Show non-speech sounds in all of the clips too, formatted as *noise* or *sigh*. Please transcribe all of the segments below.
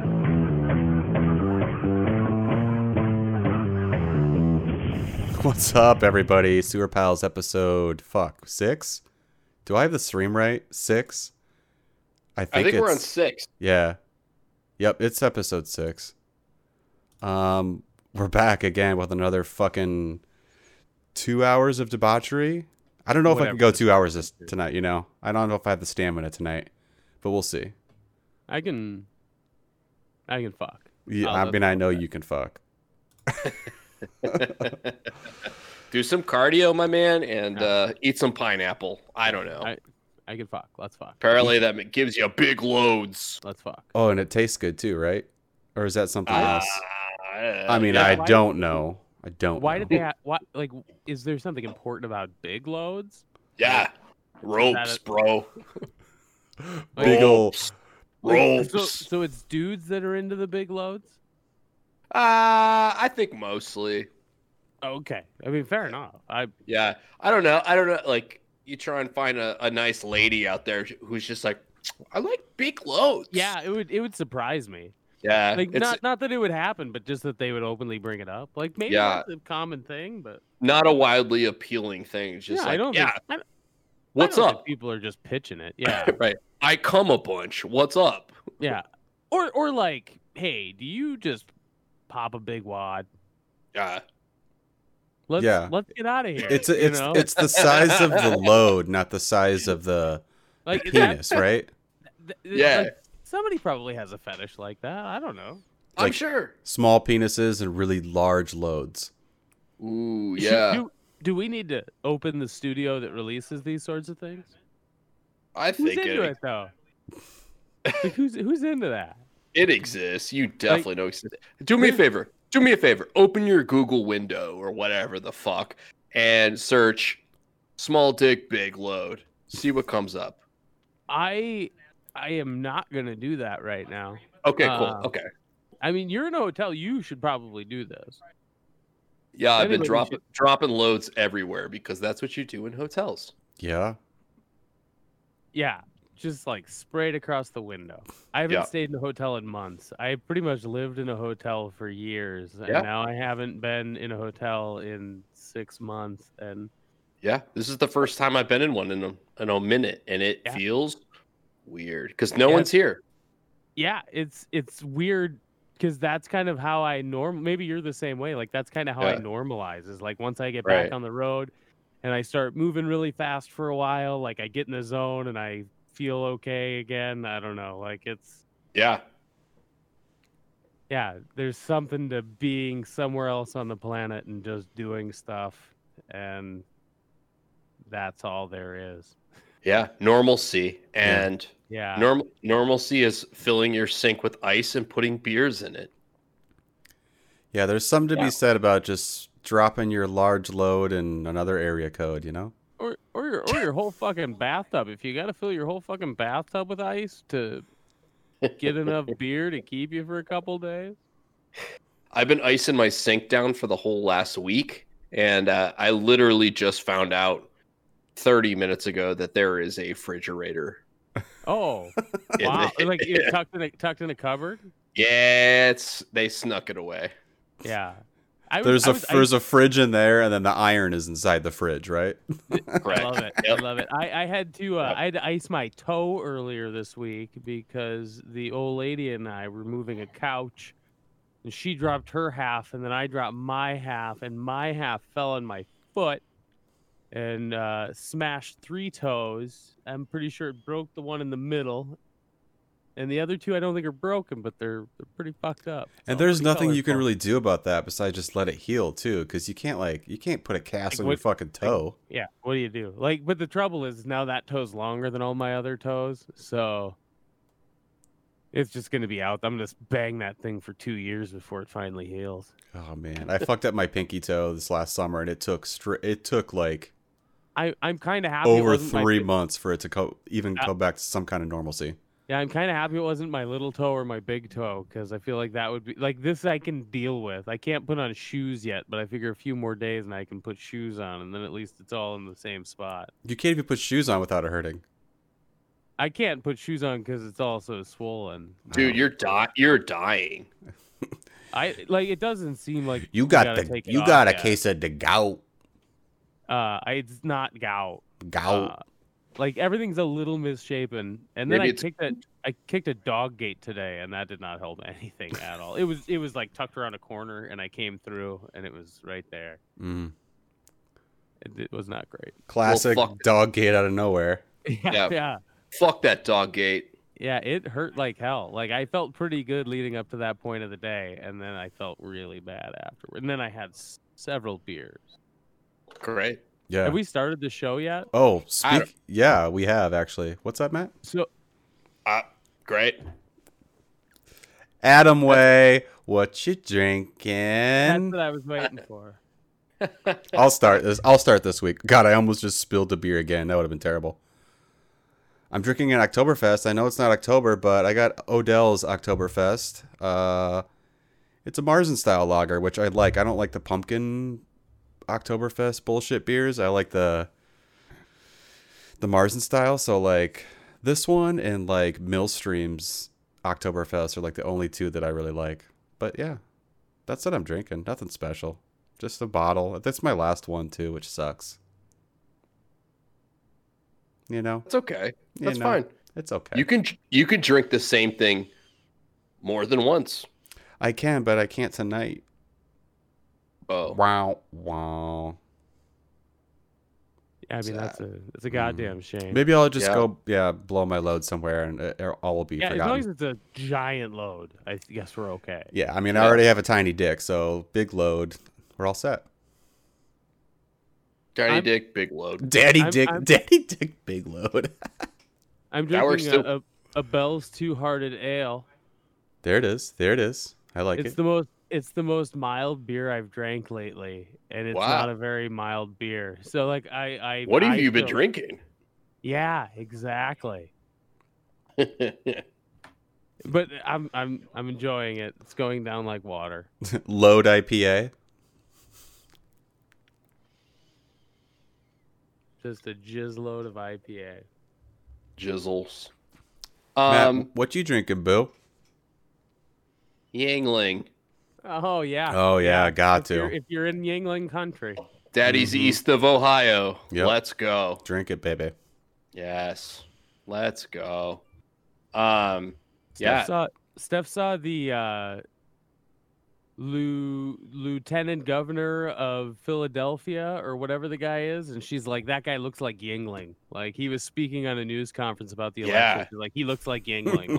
*laughs* What's up, everybody? Sewer Pals episode fuck six. Do I have the stream right? Six. I I think, think we're on it's- six. Yeah. Yep, it's episode six. Um, we're back again with another fucking two hours of debauchery. I don't know if I can go Whatever. two hours this, tonight. You know, I don't know if I have the stamina tonight, but we'll see. I can, I can fuck. Yeah, Oh, I that's mean, I not know bad. you can fuck. Do some cardio, my man, and uh, eat some pineapple. I don't know. I- I can fuck. Let's fuck. Apparently, that gives you big loads. Let's fuck. Oh, and it tastes good too, right? Or is that something else? Ah, I mean, yeah. I Uh, why- don't know. I Oh, don't. Why know. did they? Ha- why like? Is there something important about big loads? yeah, ropes, That is- bro. Like, Big ol' ropes. like, ropes. so, so it's dudes that are into the big loads. Uh, I think mostly. Okay, I mean, fair enough. I Yeah, I don't know. I don't know. Like, you try and find a, a nice lady out there who's just like, I like big loads. yeah, it would it would surprise me. yeah. Like it's- not not that it would happen, but just that they would openly bring it up. Like maybe Yeah. that's a common thing, but not a wildly appealing thing. It's Just yeah, like, I don't. yeah, Think, I don't- I what's don't think up? people are just pitching it. *laughs* Yeah, right. I come a bunch. What's up? yeah. Or or like, hey, do you just pop a big wad? Yeah. Let's Yeah. let's get out of here. It's you it's know? it's the size of the load, not the size of the like that- penis, right? th- th- Yeah. like, somebody probably has a fetish like that. I don't know. I'm Like- sure. Small penises and really large loads. *laughs* Ooh, Should- *laughs* yeah. Do, do we need to open the studio that releases these sorts of things? I Who's think it, into it *laughs* though? Like, who's who's into that? it exists. You definitely know it exists. Do me a favor. Do me a favor. Open your Google window or whatever the fuck and search small dick big load. See what comes up. I I am not gonna do that right now. Okay, cool. Uh, okay. I mean, you're in a hotel. You should probably do this. Yeah, I've been everybody dropping should- dropping loads everywhere because that's what you do in hotels. Yeah. Yeah, just like sprayed across the window. I haven't Yeah. stayed in a hotel in months. I pretty much lived in a hotel for years, and Yeah. now I haven't been in a hotel in six months. And Yeah, this is the first time I've been in one in a, in a minute, and it Yeah. feels weird because no Yeah. one's here. yeah it's it's weird because that's kind of how i norm maybe you're the same way like that's kind of how i Yeah. normalize is like once i get Right. back on the road and i start moving really fast for a while like i get in the zone and i feel okay again i don't know like it's Yeah, yeah there's something to being somewhere else on the planet and just doing stuff and that's all there is yeah, normalcy Yeah. and yeah Ah. normal normalcy is filling your sink with ice and putting beers in it. Yeah, there's something to Yeah. be said about just dropping your large load in another area code, you know? or or your or your whole fucking bathtub. If you gotta fill your whole fucking bathtub with ice to *laughs* get enough beer to keep you for a couple days. I've been icing my sink down for the whole last week, and uh, I literally just found out 30 minutes ago that there is a *laughs* refrigerator. *laughs* Oh, in wow! *laughs* the- like you're tucked in a tucked in a cupboard. yeah, it's they snuck it away. Yeah. I was, There's I a was- I- there's a fridge in there and then the iron is inside the fridge, *laughs* right? *laughs* I Correct. love it. I Yep. love it. I, I had to uh, Yep. I had to ice my toe earlier this week because the old lady and I were moving a couch, and she dropped her half, and then I dropped my half, and my half fell on my foot, and uh, smashed three toes. I'm pretty sure it broke the one in the middle, and the other two I don't think are broken, but they're they're pretty fucked up. And So, there's pretty nothing you can colorful. really do about that besides just let it heal too, because you can't like you can't put a cast Like, on your what- fucking toe. Yeah, what do you do? Like, but the trouble is now that toe's longer than all my other toes, so it's just gonna be out. I'm gonna s- bang that thing for two years before it finally heals. Oh man, I fucked up my pinky toe this last summer, and it took str- it took like I I'm kind of happy it over wasn't my three fi- months for it to co- even Uh, go back to some kind of normalcy. Yeah, I'm kind of happy it wasn't my little toe or my big toe because I feel like that would be like this I can deal with. I can't put on shoes yet, but I figure a few more days and I can put shoes on, and then at least it's all in the same spot. You can't even put shoes on without it hurting. I can't put shoes on because it's also swollen. Dude, you're di- you're dying. I like it doesn't seem like You got gotta the take it you off got a yet. case of the gout. Uh, I- it's not gout. Gout. Uh, like everything's a little misshapen, and then Maybe I it's- kicked a I kicked a dog gate today, and that did not help *laughs* anything at all. It was it was like tucked around a corner, and I came through, and it was right there. Mm. It, it was not *laughs* great. Classic fuck. dog gate out of nowhere. Yeah. yeah, Fuck that dog gate. yeah. It hurt like hell. Like I felt pretty good leading up to that point of the day, and then I felt really bad afterward. And then I had s- several beers. Great. Yeah. Have we started the show yet? oh, I speak. Yeah, we have actually. What's up, Matt? So Uh, great. Adam Way, what you that's drinking? what I was waiting for. I'll start this. I'll start this week. God, I almost just spilled the beer again. That would have been terrible. I'm drinking an Oktoberfest. I know it's not October, but I got Odell's Oktoberfest. Uh, it's a Marzen style lager, which I like. I don't like the pumpkin Oktoberfest bullshit beers. I like the the Marzen style. So like this one and like Millstream's Oktoberfest are like the only two that I really like. But yeah, that's what I'm drinking. Nothing special. Just a bottle. That's my last one too, which sucks. You know, That's okay. You That's know, fine. it's okay. You can you can drink the same thing more than once. I can, but I can't tonight. Oh, Wow, wow. Yeah, I mean Uh, that's a Mm. that's a goddamn shame. Maybe I'll just Yeah. go, yeah, blow my load somewhere, and it, it all will be yeah, as forgotten. long as it's a giant load, I th- guess we're okay. yeah, I mean, I Yeah. already have a tiny dick, so big load. We're all set. tiny I'm- dick, big load. Daddy I'm- dick, I'm- daddy dick, big *laughs* load. I'm That works drinking a, a, a Bell's Two Hearted Ale. there it is. There it is. I like it's it. the most it's the most mild beer I've drank lately, and it's Wow. not a very mild beer. So like I I What have I you been feel- drinking? *laughs* Yeah, exactly. But I'm I'm I'm enjoying it. It's going down like water. *laughs* load IPA. Just a jizz load of IPA. Jizzles. Matt, Um, what you drinking, boo? Yangling. Oh yeah. Oh yeah, got if to You're, if you're in Yingling country, Daddy's Mhm. east of Ohio. Yep. Let's go. drink it, baby. Yes. Let's go. Um, Steph Yeah. saw Steph saw the uh, Lu, lieutenant governor of Philadelphia or whatever the guy is, and she's like, "That guy looks like Yingling." Like he was speaking on a news conference about the election. Yeah. She's like he looks like Yingling.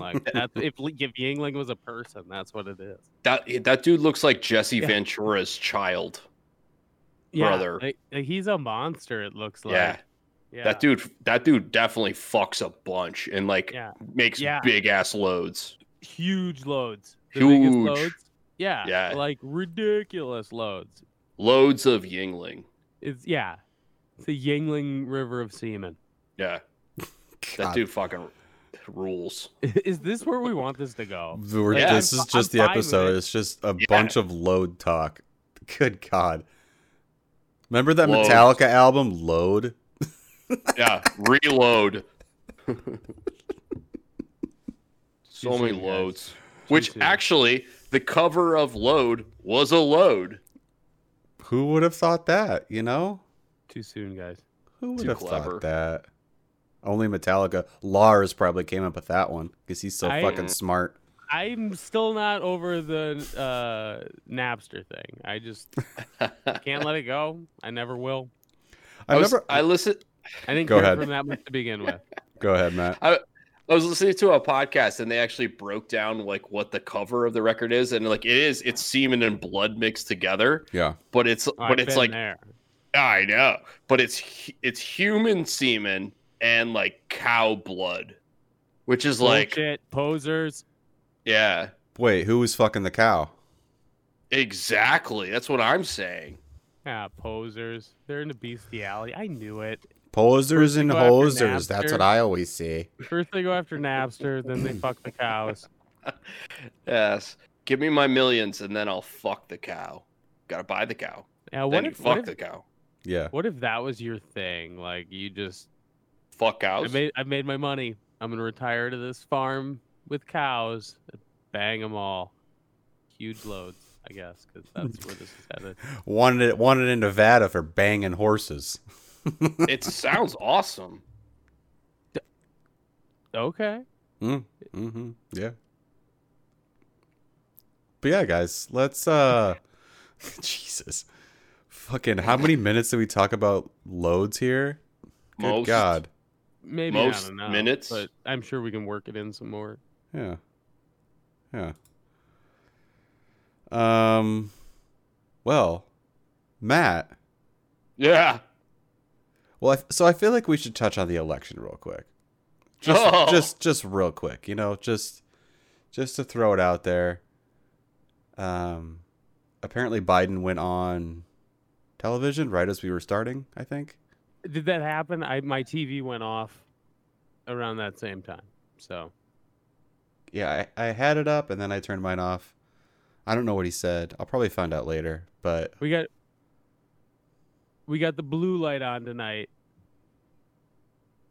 *laughs* Like that's, if if Yingling was a person, that's what it is. that that dude looks like Jesse Yeah. Ventura's child. Yeah, Brother. like- like, he's a monster. It looks like. yeah. yeah. That dude that dude definitely fucks a bunch and like Yeah. makes Yeah. big ass loads. Huge loads. The biggest Huge. loads. Yeah. Yeah. Like ridiculous loads. Loads of Yingling. It's yeah. It's the Yingling River of semen. Yeah. That God. dude fucking rules. *laughs* Is this where we want this to go? The- we're- Yeah, this I'm is fi- just the I'm fine with episode. it. It's just a Yeah. bunch of load talk. Good God. Remember that Load. Metallica album, Load? Yeah. *laughs* Reload. so Too many soon, guys. loads. Which soon. actually the cover of Load was a load. Who would have thought that, you know? Too soon, guys. Who would Too have clever. thought that? Only Metallica. Lars probably came up with that one because he's so I- fucking smart. I'm still not over the uh, Napster thing. I just *laughs* can't let it go. I never will. I, I, was, never. I listen. I didn't Go care ahead. from that much to begin *laughs* with. Go ahead, Matt. I was listening to a podcast and they actually broke down like what the cover of the record is, and like it is, it's semen and blood mixed together, Yeah. but it's I've but it's been like there. I know, but it's hu- it's human semen and like cow blood, which is like Bullshit, posers. yeah, Wait, who was fucking the cow? exactly. That's what I'm saying. Yeah, posers. They're into bestiality. I knew it. Posers First and they go after hosers. That's what Napster. I always say. First they go after Napster, then they fuck the cows. Yes. Give me my millions and then I'll fuck the cow. Gotta buy the cow. Now Then what you if, fuck what, the if, cow. Yeah. what if that was your thing? Like you just Fuck I cows. made I made my money. I'm gonna retire to this farm with cows, bang them all, huge loads. I guess because that's where this is headed. Wanted it wanted in Nevada for banging horses. *laughs* it sounds awesome. Okay. Mm-hmm. Yeah. But yeah, guys, let's uh *laughs* Jesus. Fucking how many minutes did we talk about loads here? *laughs* Good Most God. Maybe Most I don't know, minutes? but I'm sure we can work it in some more. Yeah. Yeah. Um well, Matt. Yeah. Well, I, so I feel like we should touch on the election real quick. Just Oh. just just real quick, you know, just just to throw it out there. Um apparently Biden went on television right as we were starting, I think. Did that happen? I my TV went off around that same time. So Yeah, I, I had it up and then I turned mine off. I don't know what he said. I'll probably find out later, but we got we got the blue light on tonight.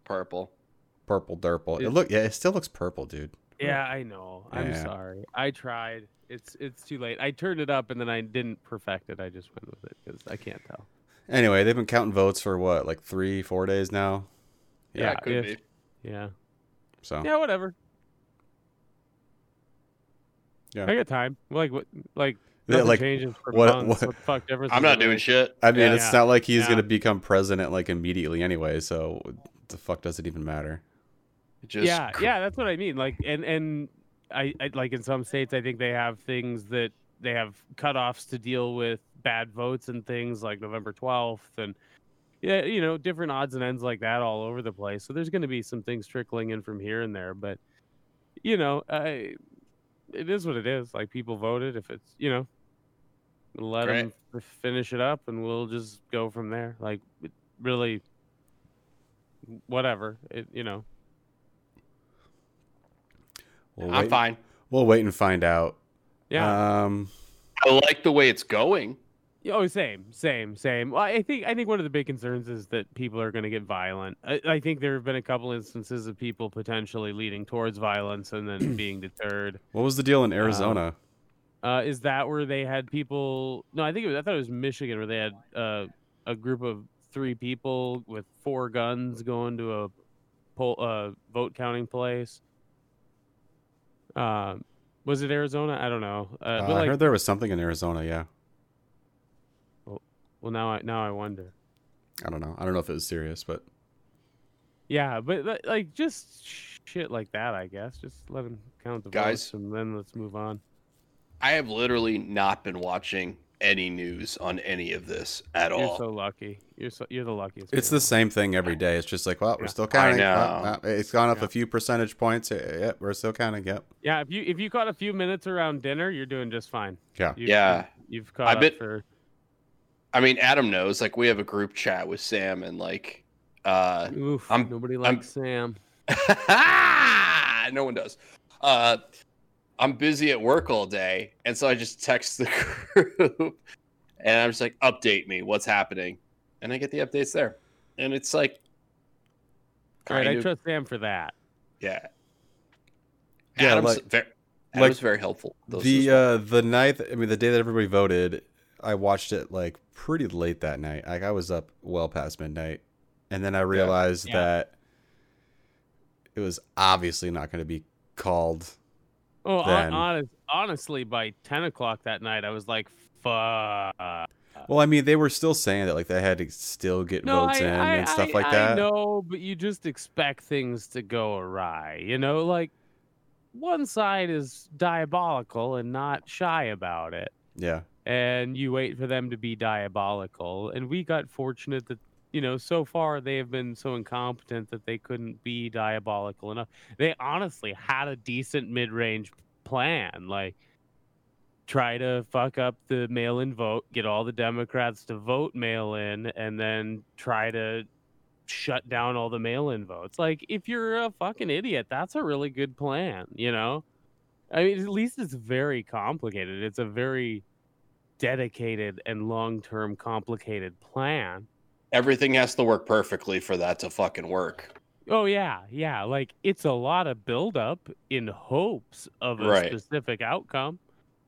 Purple. purple derple. It It- look yeah, it still looks purple, dude. Yeah, I know. I'm Yeah. sorry. I tried. It's it's too late. I turned it up and then I didn't perfect it. I just went with it because I can't tell. Anyway, they've been counting votes for what, like three, four days now. Yeah, Yeah, it could if- be. Yeah. So Yeah. Whatever. Yeah. I got time. Like what? Like Yeah, nothing like, changes for what- months. what- the fuck difference? I'm does not it doing make? shit. I mean, Yeah. it's Yeah. not like he's Yeah. gonna become president like immediately anyway. So the fuck does it even matter? just yeah yeah that's what i mean like and and I, I like in some states i think they have things that they have cutoffs to deal with bad votes and things like november 12th and yeah you know different odds and ends like that all over the place so there's going to be some things trickling in from here and there but you know I, it is what it is like people voted if it's you know let Right. them finish it up and we'll just go from there like it really whatever it you know We'll I'm wait, fine. We'll wait and find out. yeah Um. I like the way it's going. Yeah, Oh, same, same, same. Well, I think I think one of the big concerns is that people are going to get violent. I, I think there have been a couple instances of people potentially leading towards violence *clears throat* and then being deterred. What was the deal in Arizona? Uh, is that where they had people? No, I think it was, I thought it was Michigan where they had uh, a group of three people with four guns going to a poll, uh, vote counting place. Um, was it Arizona? I don't know. Uh, Uh, but I like, heard there was something in Arizona. Yeah. well, now I now I wonder. I don't know. I don't know if it was serious, but Yeah, but li- like just shit like that, I guess. Just let them count the Guys. votes and then let's move on. I have literally not been watching any news on any of this at You're all. so lucky. You're so you're the luckiest. it's man. the same thing every day. It's just like, well, we're Yeah. still counting. know. Uh, uh, it's gone up Yeah. a few percentage points. Uh, Yep, we're still counting. Yep. Yeah, if you if you caught a few minutes around dinner, you're doing just fine. Yeah. You've, Yeah. you've, you've caught I up bet- for I mean, Adam knows. Like, we have a group chat with Sam, and like, uh, oof. I'm- nobody likes Sam. *laughs* no one does. Uh, I'm busy at work all day, and so I just text the *laughs* group, and I'm just like, update me, what's happening, and I get the updates there, and it's like, All right, kind I of- trust Sam for that. yeah, Yeah, Adam's like- very, like, Adam's very helpful. Those the uh, the night, I mean, the day that everybody voted, I watched it like pretty late that night. Like I was up well past midnight, and then I realized Yeah. that it was obviously not going to be called. Oh, Then- on, honest, honestly, by ten o'clock that night, I was like, "Fuck." Well, I mean, they were still saying that like they had to still get No, votes I, in I, and stuff I, like I that. know, but you just expect things to go awry. You know, like one side is diabolical and not shy about it, Yeah, and you wait for them to be diabolical. And we got fortunate that you know so far they have been so incompetent that they couldn't be diabolical enough. They honestly had a decent mid-range plan, like try to fuck up the mail in vote, get all the Democrats to vote mail in, and then try to shut down all the mail-in votes. Like, if you're a fucking idiot, that's a really good plan. You know, I mean, at least it's very complicated. It's a very dedicated and long-term complicated plan. Everything has to work perfectly for that to fucking work. Oh yeah, yeah. Like it's a lot of buildup in hopes of a Right. specific outcome.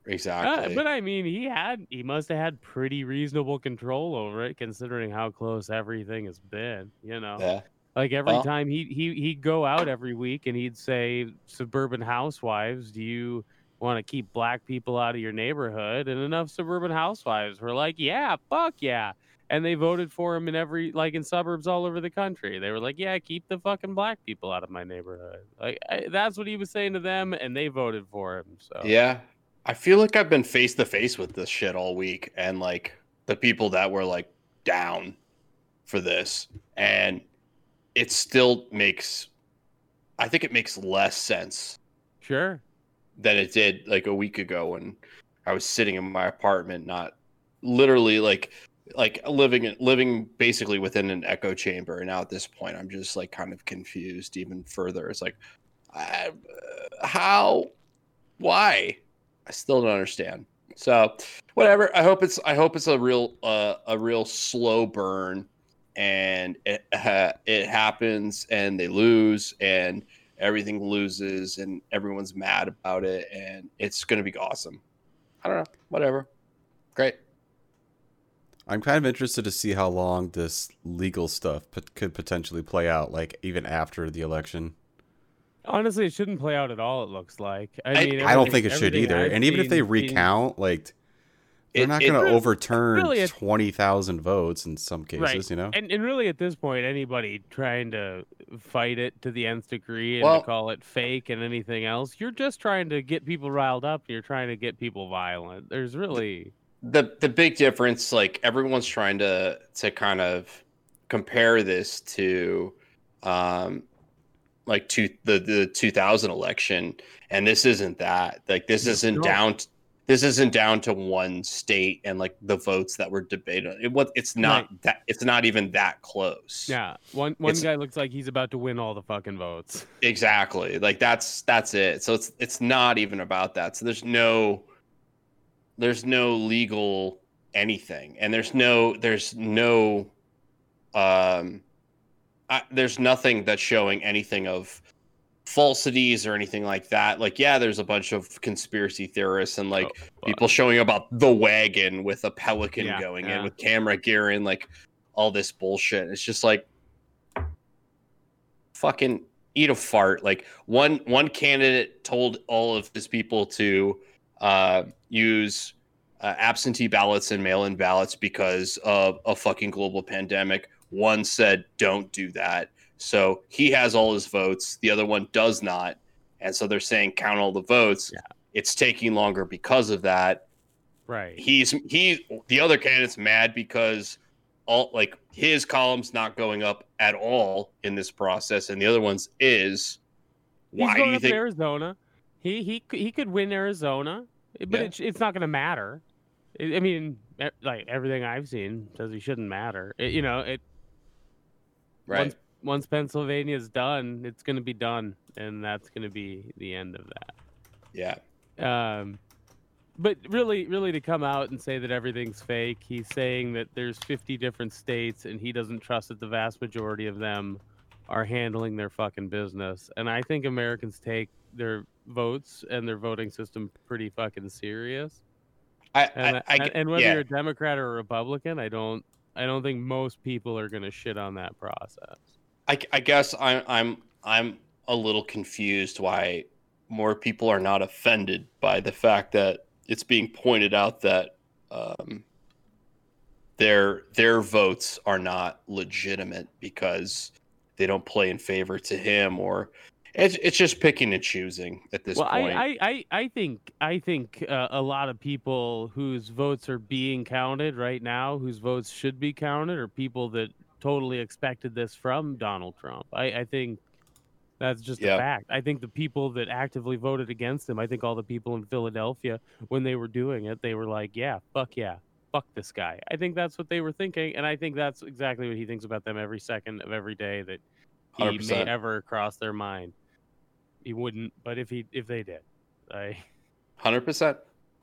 Uh, Exactly. but I mean, he had he must have had pretty reasonable control over it, considering how close everything has been. You know, yeah. like every Well- time he he he'd go out every week and he'd say, "Suburban housewives, do you want to keep black people out of your neighborhood?" And enough suburban housewives were like, "Yeah, fuck yeah." And they voted for him in every like in suburbs all over the country. They were like, "Yeah, keep the fucking black people out of my neighborhood." Like I, that's what he was saying to them, and they voted for him. So Yeah. I feel like I've been face to face with this shit all week and like the people that were like down for this and it still makes I think it makes less sense sure. than it did like a week ago when I was sitting in my apartment not literally like like living living basically within an echo chamber and now at this point I'm just like kind of confused even further it's like I, uh, how why I still don't understand so whatever I hope it's I hope it's a real uh, a real slow burn and it, uh, it happens and they lose and everything loses and everyone's mad about it and it's going to be awesome. I don't know, whatever. Great. I'm kind of interested to see how long this legal stuff pot- could potentially play out, like even after the election. Honestly, it shouldn't play out at all. It looks like. I, I- mean, I don't everything- think it should everything either. I've and even if seen they seems- recount, like they're It- not it- going to overturn really a- twenty thousand votes in some cases. Right. You know, and, and really, at this point, anybody trying to fight it to the nth degree and Well- to call it fake and anything else, you're just trying to get people riled up. You're trying to get people violent. There's really The the big difference like everyone's trying to to kind of compare this to um like to the the 2000 election and this isn't that. Like this isn't No. down t- this isn't down to one state and like the votes that were debated. It, what it's not that it's not even that close. yeah. One one It's- guy looks like he's about to win all the fucking votes. Exactly. Like that's that's it. So it's it's not even about that. So there's no there's no legal anything. And there's no there's no um I, there's nothing that's showing anything of falsities or anything like that. Like yeah, there's a bunch of conspiracy theorists and *laughs* like fuck. people showing about the wagon with a pelican Yeah, going yeah. in with camera gear and like all this bullshit. It's just like fucking eat a fart. Like one one candidate told all of his people to uh, use uh, absentee ballots and mail-in ballots because of a fucking global pandemic. One said, "Don't do that." So he has all his votes. The other one does not, and so they're saying count all the votes. Yeah. It's taking longer because of that Right. he's he the other candidate's mad because all like his column's not going up at all in this process and the other one's is why he's do going you up to think Arizona? He he c- he could win Arizona, but Yeah. it's it's not going to matter. I I mean, e- like everything I've seen says he shouldn't matter. It- you know, it right once once Pennsylvania's done, it's going to be done, and that's going to be the end of that. yeah Um, but really, really, to come out and say that everything's fake, he's saying that there's 50 different states, and he doesn't trust that the vast majority of them are handling their fucking business. And I think Americans take their votes and their voting system pretty fucking serious. i And, i, I and- and whether yeah. you're a Democrat or a Republican, I don't, I don't think most people are going to shit on that process. I, I guess I'm I'm I'm a little confused why more people are not offended by the fact that it's being pointed out that um, their their votes are not legitimate because they don't play in favor to him or it's it's just picking and choosing at this well, point. I, I, I, I think I think uh, a lot of people whose votes are being counted right now, whose votes should be counted, are people that totally expected this from Donald Trump. I, I think that's just Yeah. a fact. I think the people that actively voted against him, I think all the people in Philadelphia when they were doing it, they were like, "Yeah, fuck yeah, fuck this guy. I think that's what they were thinking, and I think that's exactly what he thinks about them every second of every day that he may 100%. ever cross their mind. He wouldn't, but if he if they did, I Hundred percent.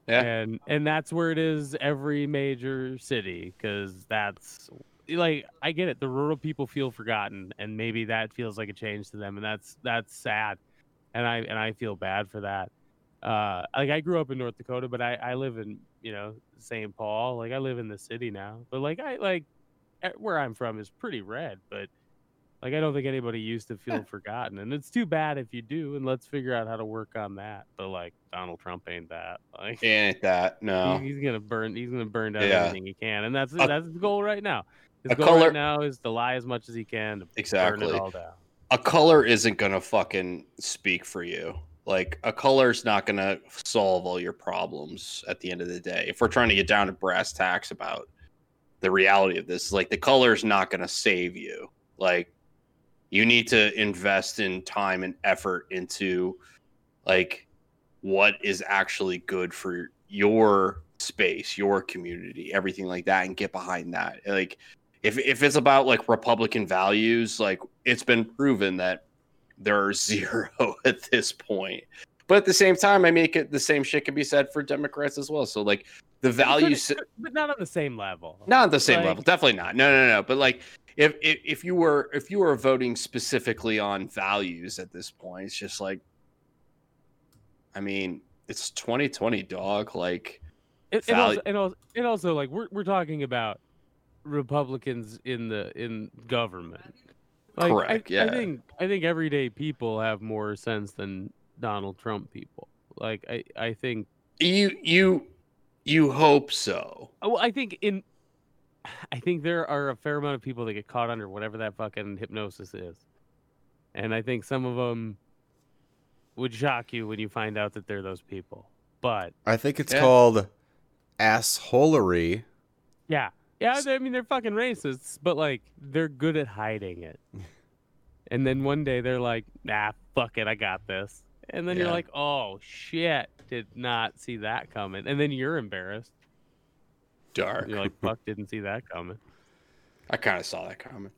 Yeah. and and that's where it is every major city because that's like I get it. The rural people feel forgotten, and maybe that feels like a change to them, and that's that's sad, and I and I feel bad for that. Uh, like I grew up in North Dakota, but I I live in you know St. Paul. Like I live in the city now, but like I like eh, where I'm from is pretty red, but. Like I don't think anybody used to feel forgotten, and it's too bad if you do. And let's figure out how to work on that. But like Donald Trump ain't that. Like Ain't that he- no? He's gonna burn. He's gonna burn down Yeah. everything he can, and that's A- that's his goal right now. His a goal color- right now is to lie as much as he can to burn Exactly. it all down. A color isn't gonna fucking speak for you. Like a color's not gonna solve all your problems at the end of the day. If we're trying to get down to brass tacks about the reality of this, like the color's not gonna save you. Like you need to invest in time and effort into like what is actually good for your space, your community, everything like that, and get behind that. Like if if it's about like Republican values, like it's been proven that there are *laughs* zero at this point. But at the same time, I make it the same shit can be said for Democrats as well. So like the Could- value sy- could- but not on the same level. not at the same Like- level definitely not no no no but like if, if if you were if you were voting specifically on values at this point it's just like i mean it's 2020 dog like It- and, also, value- and also, and also, like we're we're talking about Republicans in the in government. Like, I- Correct, I, yeah. think I think everyday people have more sense than Donald Trump people. Like I I think you you you hope so Oh, Well, I think in, *sighs* I think there are a fair amount of people that get caught under whatever that fucking hypnosis is, and I think some of them would shock you when you find out that they're those people. But I think it's Yeah. called assholery. yeah, yeah, they- I mean they're fucking racists, but like they're good at hiding it. and then one day they're like, "Nah, fuck it, I got this," and then you're Yeah. like, "Oh shit, did not see that coming," and then you're embarrassed. dark You're like, "Fuck, didn't see that coming." i kind of saw that comment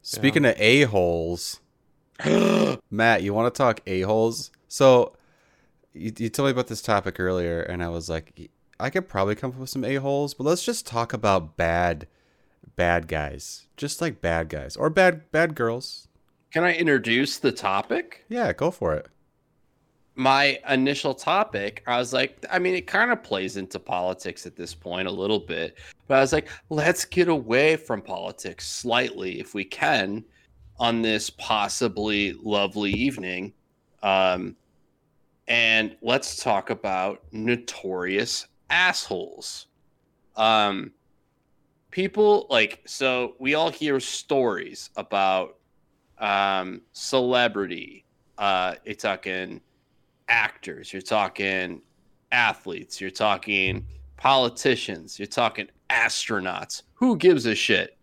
Speaking of a holes, Matt, you want to talk a holes? So, you, you told me about this topic earlier, and I was like, I could probably come up with some a holes, but let's just talk about bad, bad guys, just like bad guys or bad bad girls. *gasps* can i introduce the topic Yeah, go for it. my initial topic, I was like, I mean, it kind of plays into politics at this point a little bit, but I was like, let's get away from politics slightly if we can on this possibly lovely evening. Um, and let's talk about notorious assholes. Um, people like, so we all hear stories about um, celebrity. Uh, you're talking actors, you're talking athletes, you're talking politicians, you're talking astronauts. Who gives a shit?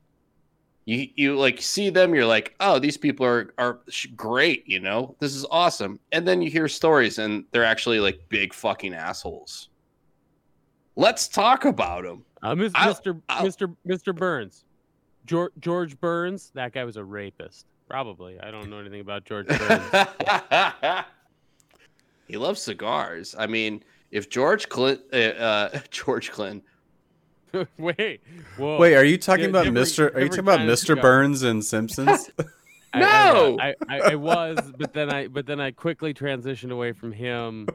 You you like see them, you're like, oh, these people are are sh- great, you know, this is awesome. And then you hear stories, and they're actually like big fucking assholes. Let's talk about them. Uh, Mis- I'll- Mr. I'll- Mr. Mr. Burns, George, George Burns. That guy was a rapist, probably. I don't know anything about *laughs* George Burns. *laughs* he loves cigars. I mean, if George Clinton, uh, uh, *laughs* George Clinton, Wait, whoa. Wait, are you talking Yeah, about every- Mr. Are you every talking about time Mr. you go- Burns and *laughs* Simpsons? I- I wa- No! I, I, I was, but then I but then I quickly transitioned away from him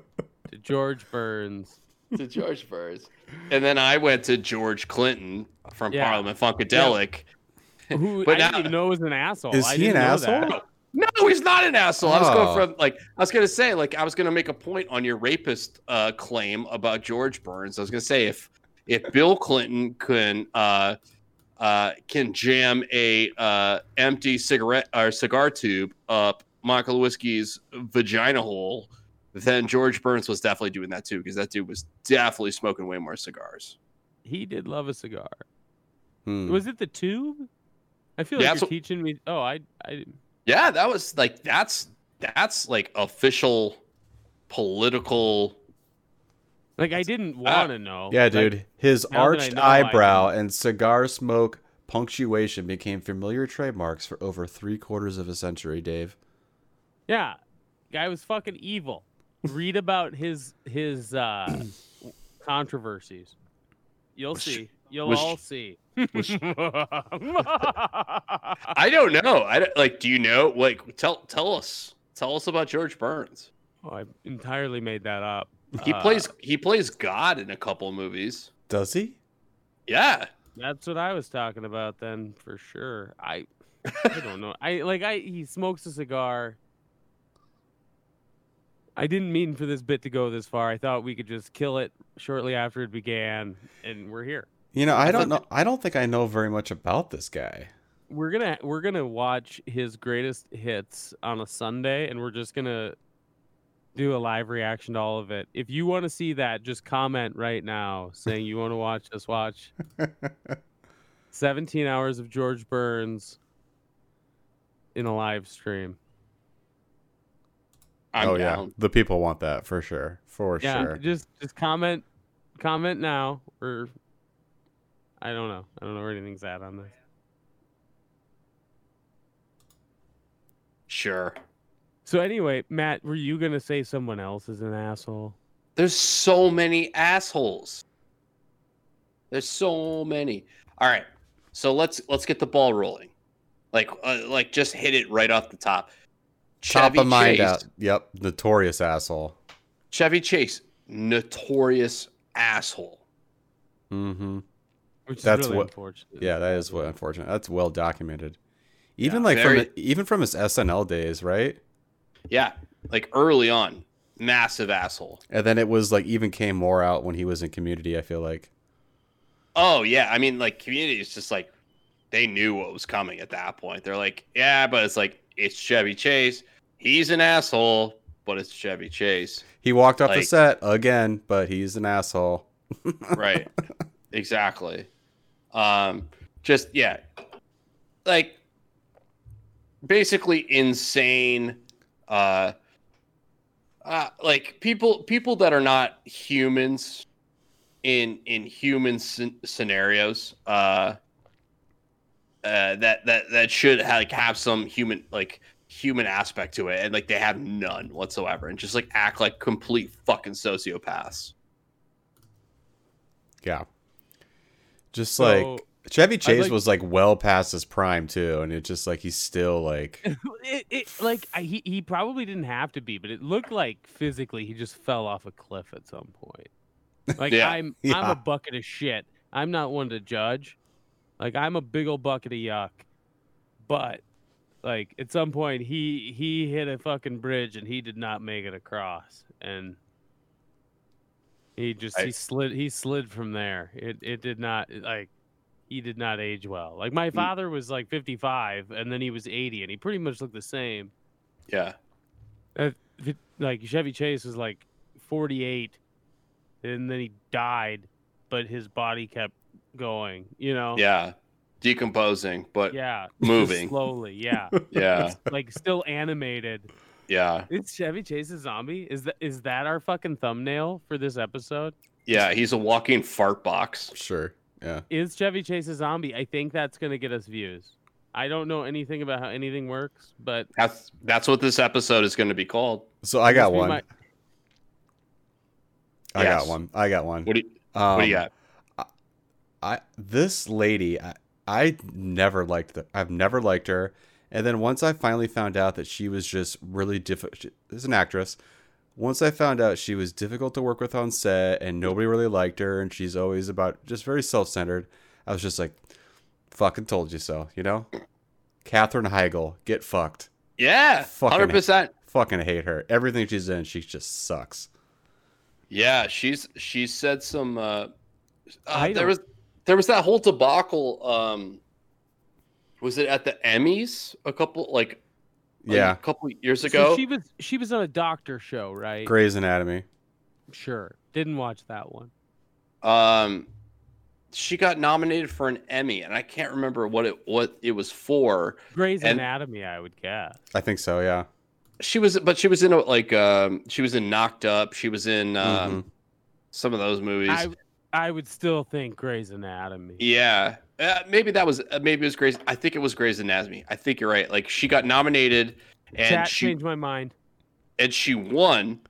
to George Burns. to George Burns. And then I went to George Clinton from Yeah. Parliament Funkadelic. *laughs* Who But I didn't now- even know was an asshole. Is I he an didn't know that. asshole? No, he's not an asshole. I was Oh. going from like I was gonna say like I was gonna make a point on your rapist uh, claim about George Burns. I was gonna say if if Bill Clinton can uh, uh, can jam a uh, empty cigarette or cigar tube up Michael Lewinsky's vagina hole, then George Burns was definitely doing that too because that dude was definitely smoking way more cigars. He did love a cigar. Hmm. Was it the tube? I feel Yeah, like you're so- teaching me. Oh, I I Yeah, that was like that's that's like official political Like I didn't want to know. Ah. Yeah, Like, dude. His now that I arched know, I eyebrow and cigar smoke punctuation became familiar trademarks for over three quarters of a century, Dave. Yeah, guy was fucking evil. Read about his his uh *clears throat* controversies. You'll Was- see. You'll was- all see. Oh, was- *laughs* I I don't know. I don't, like. Do you know? Like, tell tell us. Tell us about George Burns. entirely made that up. He Uh, plays he plays God in a couple movies. Does he? Yeah, That's what I was talking about then, for sure. I I don't *laughs* know. I like I he smokes a cigar. I didn't mean for this bit to go this far. I thought we could just kill it shortly after it began, and we're here. You know, I don't know. I don't think I know very much about this guy. We're gonna we're gonna watch his greatest hits on a Sunday, and we're just gonna do a live reaction to all of it. If you want to see that, just comment right now saying you want to watch us watch *laughs* 17 hours of George Burns in a live stream. I'm oh yeah, down. the people want that for sure, for yeah, sure. just just comment comment now or I don't know. I don't know where anything's at on this. Sure. So anyway, Matt, were you going to say someone else is an asshole? There's so many assholes. There's so many. All right. So let's let's get the ball rolling. Like uh, like just hit it right off the top. Top Chevy of mind uh, out. Chase- Yep, notorious asshole. Chevy Chase, notorious asshole. Mm-hmm. Which is That's really what- unfortunate. Yeah, that is what unfortunate. That's well documented. Even Yeah, like very- from even from his SNL days, right? Yeah, like early on, massive asshole. And then it was like even came more out when he was in Community. I feel like. Oh yeah, I mean like community is just like they knew what was coming at that point. They're like, yeah, but it's like it's Chevy Chase. He's an asshole, but it's Chevy Chase. He walked off the Like- set again, but he's an asshole. Right. exactly. Um just yeah. Like basically insane uh uh like people people that are not humans in in human scen- scenarios uh uh, that that that should ha- like have some human like human aspect to it, and like they have none whatsoever, and just like act like complete fucking sociopaths. Yeah. Just So, like Chevy Chase like- was like well past his prime too, and it's just like he's still like *laughs* *laughs* it, it like I, he he probably didn't have to be, but it looked like physically he just fell off a cliff at some point. Like Yeah. I'm I'm Yeah. a bucket of shit. I'm not one to judge. Like I'm a big old bucket of yuck. But like at some point he he hit a fucking bridge and he did not make it across and he just I- he slid he slid from there. It it did not like he did not age well. Like my father was like 55 and then he was 80 and he pretty much looked the same. Yeah. If it- Like Chevy Chase was like 48 and then he died, but his body kept going, you know? Yeah. Decomposing, but yeah. Oh. Yeah. just Moving. *laughs* Slowly. Yeah. *laughs* Yeah. like still animated. Yeah. It's Chevy Chase's zombie. Is that is that our fucking thumbnail for this episode? He's a walking fart box. sure. Yeah. Is Chevy Chase a zombie? I think that's gonna get us views. I don't know anything about how anything works, but That's that's what this episode is going to be called. So I got Must be one. my- I Yes. got one. I got one. What do you, um, what do you got? I this lady, I, I never liked the I've never liked her. And then once I finally found out that she was just really difficult as an actress, once I found out she was difficult to work with on set and nobody really liked her and she's always about just very self-centered, I was just like fucking told you so, you know? Katherine Heigl, get fucked. Yeah. Fucking- Hundred percent. Fucking hate her. Everything she's in, she just sucks. Yeah. She's she said some. Uh, uh, I there don't- was there was that whole debacle. Um, was it at the Emmys a couple like like, Yeah. a couple years So ago? she was she was on a doctor show, right? Grey's Anatomy. Sure. Didn't watch that one. um she got nominated for an Emmy and I can't remember what it what it was for. Grey's And- Anatomy, I would guess. I think so, yeah. She was but she was in a, like um she was in Knocked Up, she was in Mhm. um some of those movies. I I would still think Grey's Anatomy. Yeah, uh, maybe that was uh, maybe it was Grey's. I think it was Grey's Anatomy. I think you're right. Like she got nominated, and that she changed my mind. and she won,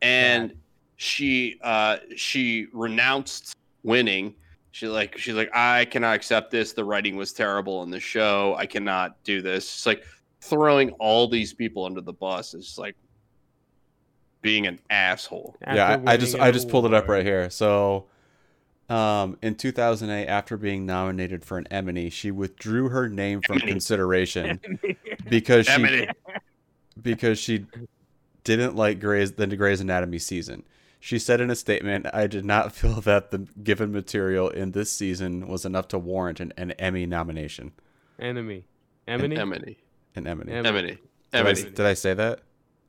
and she uh she renounced winning. She like she's like I cannot accept this. The writing was terrible in the show. I cannot do this. It's like throwing all these people under the bus. It's just like being an asshole. yeah, after I, I just winning I an just pulled it up award. *laughs* right here. So, um, in 2008, after being nominated for an Emmy, she withdrew her name from Emmy. *laughs* consideration because she Emily. because she didn't like Grey's the Grey's Anatomy season. She said in a statement, "I did not *laughs* feel that the given material in this season was enough to warrant an, an Emmy nomination." Enemy. Emily. Emily. Emily. An Emmy. Em- Did, Emily. I- Emily. did I say that?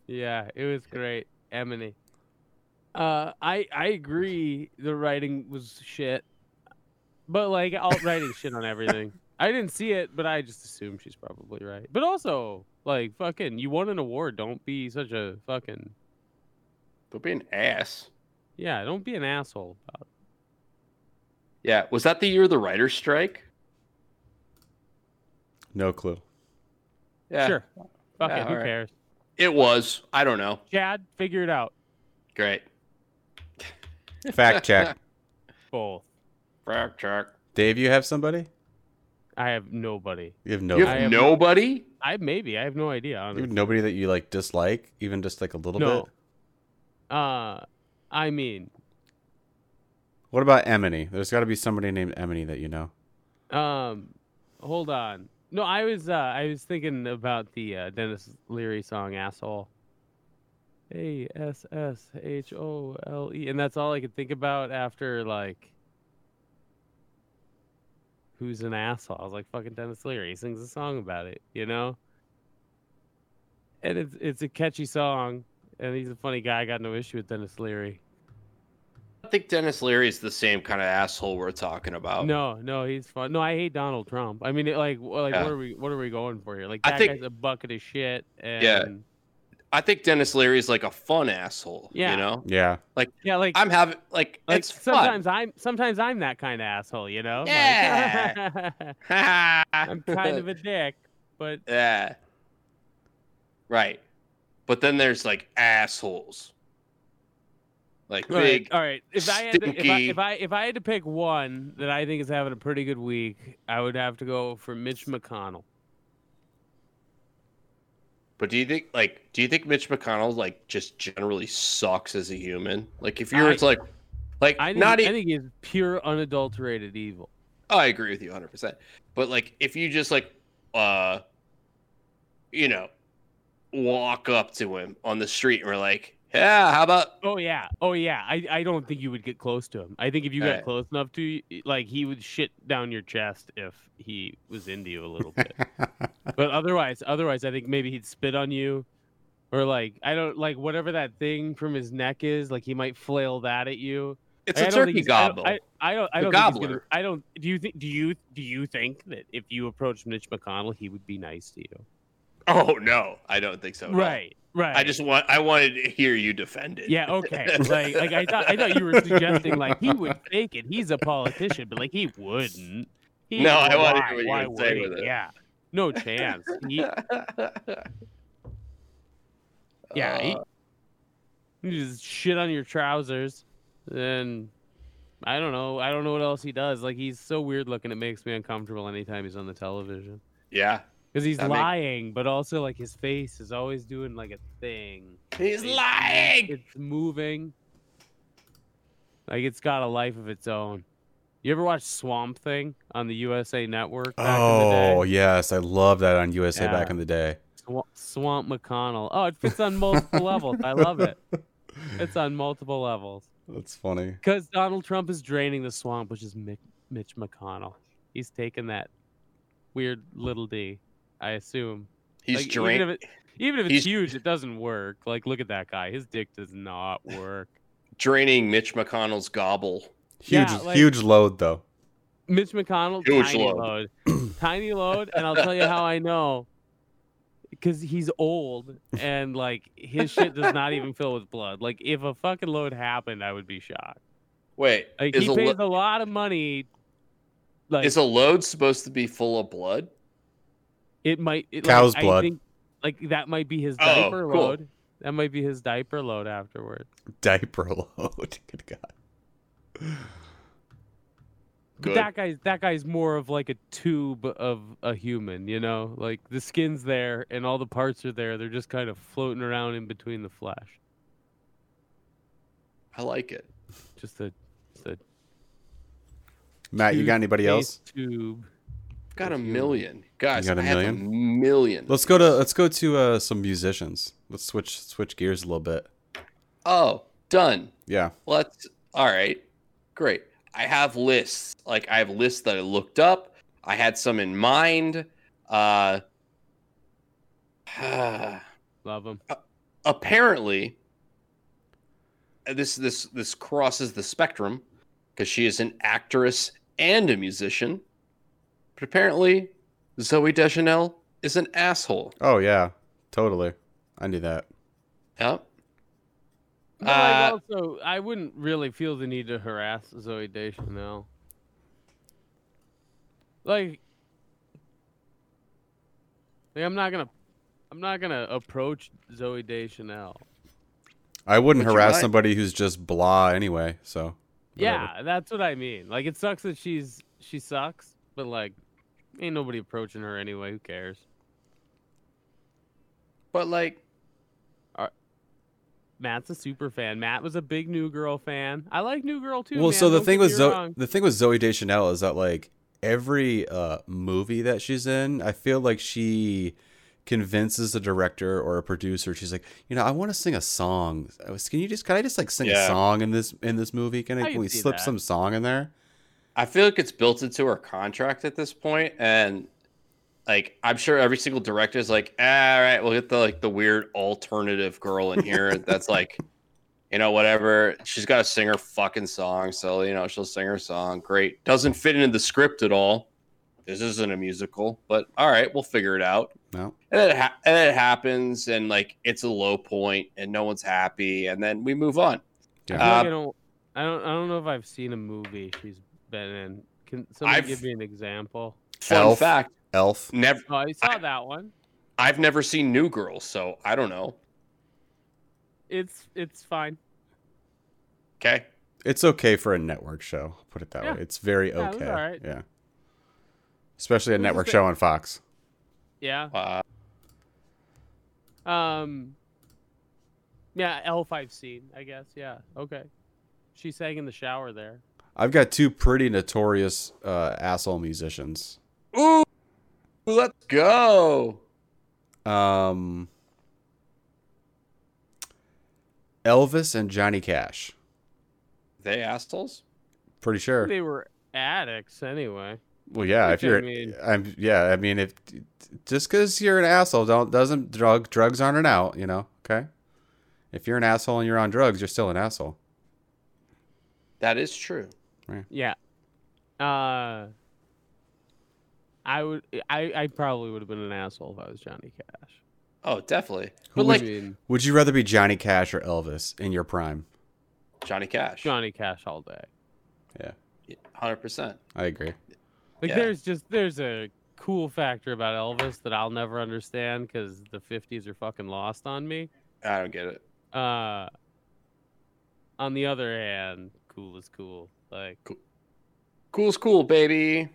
Yeah, it was great. Emily. Uh, I I agree. The writing was shit, but like all writing shit on everything. *laughs* I didn't see it, but I just assume she's probably right. But also, like fucking, you won an award. Don't be such a fucking Don't be an ass. yeah. Don't be an asshole about it. Yeah. Was that the year of the writer's strike? No clue. Yeah. Sure. Fuck Yeah, it. Who alright. cares? It was. I don't know. Chad, figure it out. Great. Fact *laughs* check. Both. Fact check. Dave, you have somebody? I have nobody. You have no. You you I have am- nobody? I maybe. I have no idea. Honestly. have nobody that you like dislike, even just like a little No. bit. Uh, I mean, What about Emily? There's got to be somebody named Emily that you know. Um, hold on. No, I was uh, I was thinking about the uh, Dennis Leary song "Asshole." A S S H O L E, and that's all I could think about after like, who's an asshole? I was like, fucking Dennis Leary he sings a song about it, you know. And it's it's a catchy song, and he's a funny guy. I got no issue with Dennis Leary. I think Dennis Leary is the same kind of asshole we're talking about. No, no, he's fun. No, I hate Donald Trump. I mean, it, like, w- like, Yeah. what are we, what are we going for here? Like, I that think- guy's a bucket of shit. And, Yeah. I think Dennis Leary is like a fun asshole. Yeah. You know? *laughs* Yeah. yeah, like, I'm having like, like it's fun. *laughs* sometimes I'm, sometimes I'm that kind of asshole, you know? Like, Yeah. *laughs* I'm kind of a dick, but *laughs* Yeah. Right. But then there's like assholes. Like all right, big all right. If I, had to, if I, stinky- if I, if I had to pick one that I think is having a pretty good week, I would have to go for Mitch McConnell. But do you think like do you think Mitch McConnell like just generally sucks as a human? Like if you're I- it's like like I think, not e I even think he's pure unadulterated evil. I agree with you 100%. But like if you just like uh you know walk up to him on the street and we're like, "Yeah, how about Oh yeah, oh yeah. I, I don't think you would get close to him. I think if you got Alright. close enough to, y- like, he would shit down your chest if he was into you a little bit. *laughs* but otherwise, otherwise, I think maybe he'd spit on you, or like I don't like whatever that thing from his neck is. Like he might flail that at you. it's Like, a I don't think turkey he's- I don't- gobble?" I, I don't. I The don't. think he's gonna- gobbler. I don't. Do you think? Do you? Do you think that if you approached Mitch McConnell, he would be nice to you? oh no, I don't think so. at all. Right. Right. I just want I wanted to hear you defend it. *laughs* Yeah, okay. Like, like I thought, I thought you were suggesting like he would fake it. He's a politician, but like he wouldn't. He- No, I why- wanna hear what you why would say would with he? it. Yeah, no chance. *laughs* He, yeah, he, Uh, you just shit on your trousers, and I don't know. I don't know what else he does. Like he's so weird looking. It makes me uncomfortable anytime he's on the television Yeah. because he's I mean- lying, but also like his face is always doing like a thing. He's It's- lying. It's moving. Like it's got a life of its own. You ever watch Swamp Thing on the USA Network back in oh the day? yes, I love that on USA Yeah. back in the day. Swamp, Swamp McConnell. Oh, it fits on multiple levels. *laughs* I love it. It's on multiple levels That's funny. because Donald Trump is draining the swamp, which is Mick, Mitch McConnell. He's taking that weird little D, I assume. He's Like, drain- Even if, it, even if it's he's- huge, it doesn't work. Like, look at that guy. His dick does not work. draining Mitch McConnell's gobble. Huge, Yeah, like- huge load though. Mitch McConnell, Huge tiny load. *clears throat* load. tiny load, and I'll tell you how I know. because he's old and like his shit does not even fill with blood. Like if a fucking load happened, I would be shocked. Wait, Like is, he a pays lo- a lot of money. Like is a load supposed to be full of blood? it might it, Cow's like, blood. I think, like that might be his Oh, diaper cool. load. That might be his diaper load afterwards. Diaper *laughs* load. Good God. But Good. that guy's that guy's more of like a tube of a human, you know? Like the skin's there and all the parts are there. They're just kind of floating around in between the flesh. I like it. Just a, just a Matt, you got anybody else? toothpaste tube. Got a If you- million, guys. got a I have million? million. Let's go to let's go to uh, some musicians. Let's switch switch gears a little bit. Oh, done. Yeah. Let's. All right. Great. I have lists. Like I have lists that I looked up. I had some in mind. Uh, *sighs* Love him. apparently, this this this crosses the spectrum because she is an actress and a musician. But apparently, Zoe Deschanel is an asshole. Oh yeah. Totally. I knew that. Yep. No, I Uh, also I wouldn't really feel the need to harass Zoe Deschanel. Like, like I'm not gonna, I'm not gonna approach Zoe Deschanel. I wouldn't But you harass might. somebody who's just blah anyway. So Yeah, that's what I mean. Like, it sucks that she's she sucks, but like, ain't nobody approaching her anyway. Who cares? But like, Matt's a super fan. Matt was a big New Girl fan. I like New Girl too. well, man. so the Don't thing get me with Zo- wrong. the thing with Zoe Deschanel is that like every uh, movie that she's in, I feel like she convinces a director or a producer. She's like, you know, I want to sing a song. I was- Can you just can I just like sing a Yeah. song in this in this movie? Can I, I can can we see slip that. some song in there? I feel like it's built into her contract at this point, and like I'm sure every single director is like, "Ah, all right, we'll get the like the weird alternative girl in *laughs* here that's like, you know, whatever. She's got to sing her fucking song, so you know she'll sing her song. Great, doesn't fit into the script at all. This isn't a musical, but all right, we'll figure it out. No. And then it, ha- and then it happens, and like it's a low point, and no one's happy, and then we move on. I, Yeah. feel like Uh, I don't, I don't, I don't know if I've seen a movie she's been in. Can somebody I've- give me an example? Fun Elf. fact: Elf. never Oh, I saw I- that one. I've never seen New Girl, so I don't know. It's it's fine. Okay. It's okay for a network show. I'll put it that Yeah. way. It's very Yeah, it was okay. alright. Yeah. Especially a It was network just a- show on Fox. Yeah. Uh, Um. Yeah, Elf I've seen. I guess. Yeah. Okay. She sang in the shower there. I've got two pretty notorious uh, asshole musicians. ooh, let's go. Um, Elvis and Johnny Cash. They assholes? Pretty sure. They were addicts anyway. Well, yeah. If Which I you're, mean- I'm, yeah. I mean, if just because you're an asshole, don't doesn't drug drugs aren't an out. You know, okay. If you're an asshole and you're on drugs, you're still an asshole. That is true. Yeah. Uh. I would. I. I probably would have been an asshole if I was Johnny Cash. Oh, definitely. Who But would like I mean, Would you rather be Johnny Cash or Elvis in your prime? Johnny Cash, Johnny Cash all day. hundred percent. I agree. Like Yeah. there's just there's a cool factor about Elvis that I'll never understand because the '50s are fucking lost on me. I don't get it. Uh, on the other hand, cool is cool. Like Cool's cool, baby.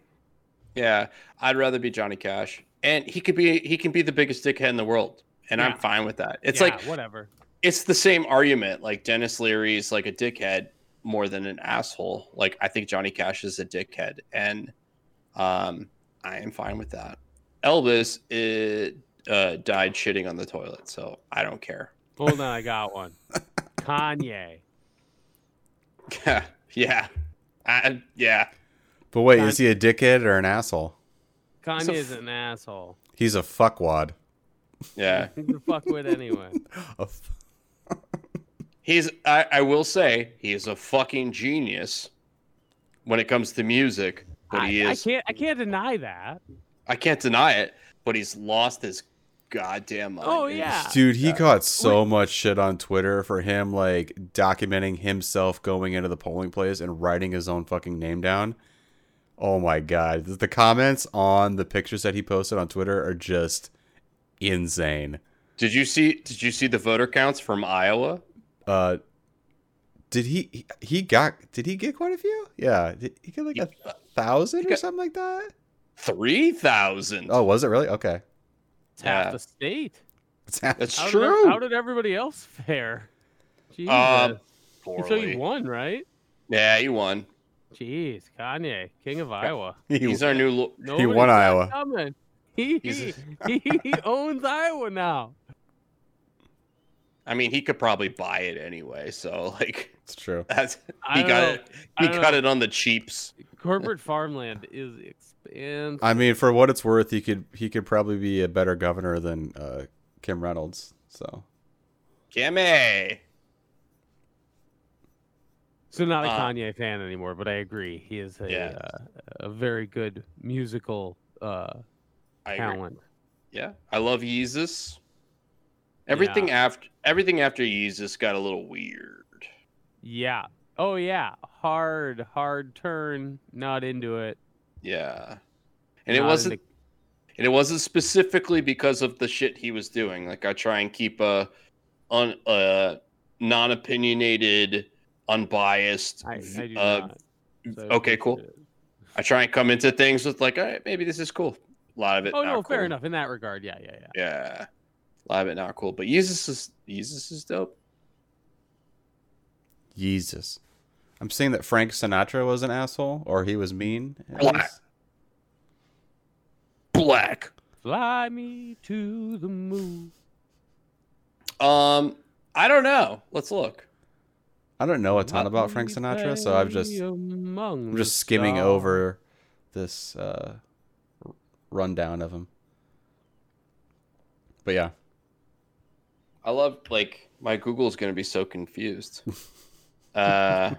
Yeah, I'd rather be Johnny Cash, and he could be he can be the biggest dickhead in the world, and Yeah. I'm fine with that. It's yeah, like whatever. it's the same argument. Like Dennis Leary's like a dickhead more than an asshole. Like I think Johnny Cash is a dickhead, and um, I am fine with that. Elvis it, uh, died shitting on the toilet, so I don't care. *laughs* Hold on, I got one. Kanye. yeah, I, yeah. But wait, John- is he a dickhead or an asshole? Kanye *laughs* So is f- an asshole. He's a fuckwad. Yeah, Who the fuck with anyway? A f- he's. I, I will say he is a fucking genius when it comes to music, *laughs* but I, he I is. can't. I can't deny that. I can't deny it, but he's lost his goddamn mind. Oh, yeah. Dude, he caught so much shit on Twitter for him like documenting himself going into the polling place and writing his own fucking name down. Oh my god, the comments on the pictures that he posted on Twitter are just insane. Did you see? Did you see the voter counts from Iowa? Uh did he he- he got did he get quite a few? Yeah, did he get like a thousand or got- something like that? Three thousand. Oh, was it really? Okay. *laughs* It's half Yeah. the state. that's How did, true. ev- how did everybody else *laughs* fare? Jesus. um, you said poorly. he won, right? Yeah, he won. Jeez, Kanye, king of *laughs* Iowa. He's our new. Lo- he Nobody's won got Iowa. coming. He, he, He's- *laughs* he owns Iowa now. I mean, he could probably buy it anyway. So *laughs* like, It's true. that's I he don't got know. it. I He don't got know. it on the cheaps. Corporate farmland is expensive. I mean, for what it's worth, he could he could probably be a better governor than uh, Kim Reynolds. So Kimmy. So not a Uh, Kanye fan anymore, but I agree. He is a Yeah. uh, a very good musical uh, I agree. talent. Yeah, I love Yeezus. Everything after everything after Yeezus got a little weird. Yeah. Oh yeah. Hard, hard turn. Not into it. Yeah, and it Not wasn't into- and it wasn't specifically because of the shit he was doing. Like I try and keep a un a non opinionated, unbiased. I, I v- do uh, not. So okay, it's, cool. uh, I try and come into things with like, all right, maybe this is cool. A lot of it. Oh not no, fair cool. enough in that regard. Yeah, yeah, yeah. Yeah, a lot of it not cool. But Yeezus is Yeezus is dope. Jesus, I'm saying that Frank Sinatra was an asshole, or he was mean. at Blah. least. Black. Fly me to the moon. Um, I don't know. Let's look. I don't know Oh, a ton about Frank Let me Sinatra, so I've just play among I'm the just skimming stars. over this uh, r- rundown of him. But yeah, I love like my Google's gonna be *laughs* so confused. Uh,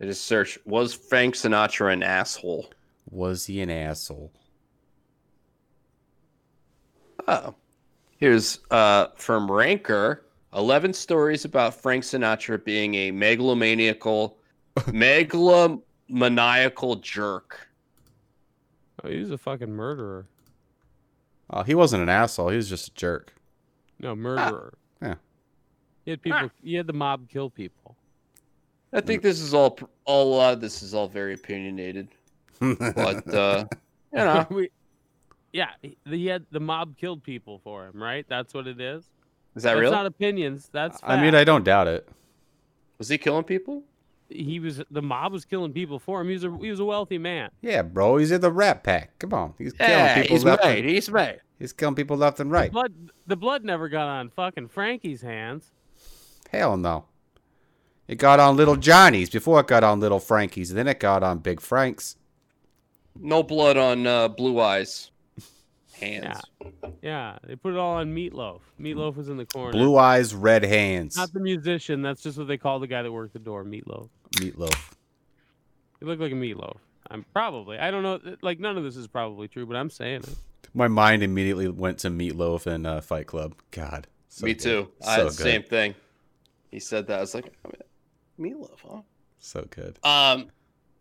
I just search was Frank Sinatra an asshole? was he an asshole? Oh, here's uh from Ranker: eleven stories about Frank Sinatra being a *laughs* megalomaniacal, megalomaniacal jerk. Oh, he's a fucking murderer. Oh, he wasn't an asshole. He was just a *laughs* jerk. No, murderer. Ah, Yeah. Ah. He had people. He had the mob kill people. I think this is all all uh, this is all very opinionated, but uh, you know, *laughs* We- yeah, he- the he had, the mob killed people for him, right? That's what it is. is that That's real? not opinions. That's I mean, I fact. don't doubt it. Was he killing people? he was the mob was killing people for him. He was a he was a wealthy man. Yeah, bro, he's in the Rat Pack. Come on, he's killing people he's left. right. And, He's right. he's killing people left and right. Blood the blood never got on fucking Frankie's hands. Hell no. It got on little Johnny's before it got on little Frankie's. Then it got on Big Frank's. No blood on uh, Blue Eyes hands. Yeah, they put it all on Meatloaf. Meatloaf was in the corner. Blue eyes, red hands. Not the musician. That's just what they call the guy that worked the door. Meatloaf. Meatloaf. He looked like a meatloaf. I'm probably. I don't know. Like none of this is probably true, but I'm saying it. My mind immediately went to Meatloaf and uh, Fight Club. God. so Me good. too. So I had the good. same thing. He said that. I was like, I mean, meatloaf, So good. huh? Um,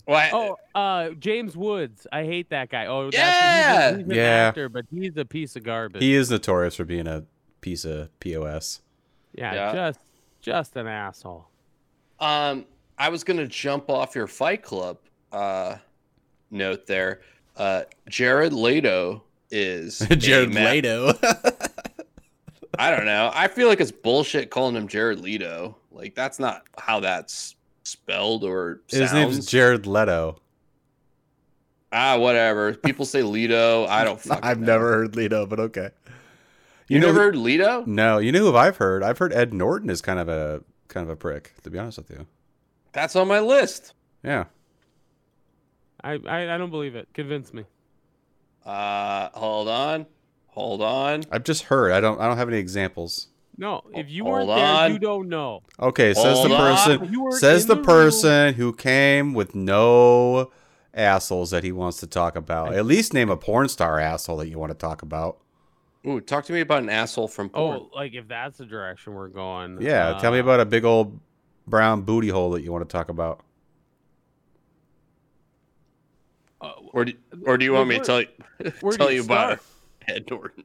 well, Eh. I- Oh, uh, James Woods. I hate that guy. Oh, that's Yeah! he's, a, he's an Yeah. actor, but he's a piece of garbage. He is notorious for being a piece of POS. *laughs* yeah, Yeah. just just an asshole. um, I was gonna jump off your Fight Club uh note there. Uh, Jared Leto *laughs* is Jared a ma- Leto. *laughs* I don't know. I feel like it's bullshit calling him Jared Leto. Like that's not how that's spelled or sounds. His name's Jared Leto. ah, whatever. People say Leto. I don't *laughs* fucking. I've know. never heard Leto, but okay. You, know never who- heard Leto? No, you know who I've heard? I've heard Ed Norton is kind of a kind of a prick, to be honest with you. That's on my list. Yeah. I, I I don't believe it. Convince me. Uh, hold on, hold on. I've just heard. I don't I don't have any examples. No, if you Hold weren't there, on. you don't know. Okay, says the Hold on. person You were says in the the room. person who came with no assholes that he wants to talk about. At least name a porn star asshole that you want to talk about. Ooh, talk to me about an asshole from porn. Oh, like if that's the direction we're going. Yeah, tell me uh, about a big old brown booty hole that you want to talk about. uh, or do, or do you want me to tell Where- you where do tell you you about *laughs* Ed Norton?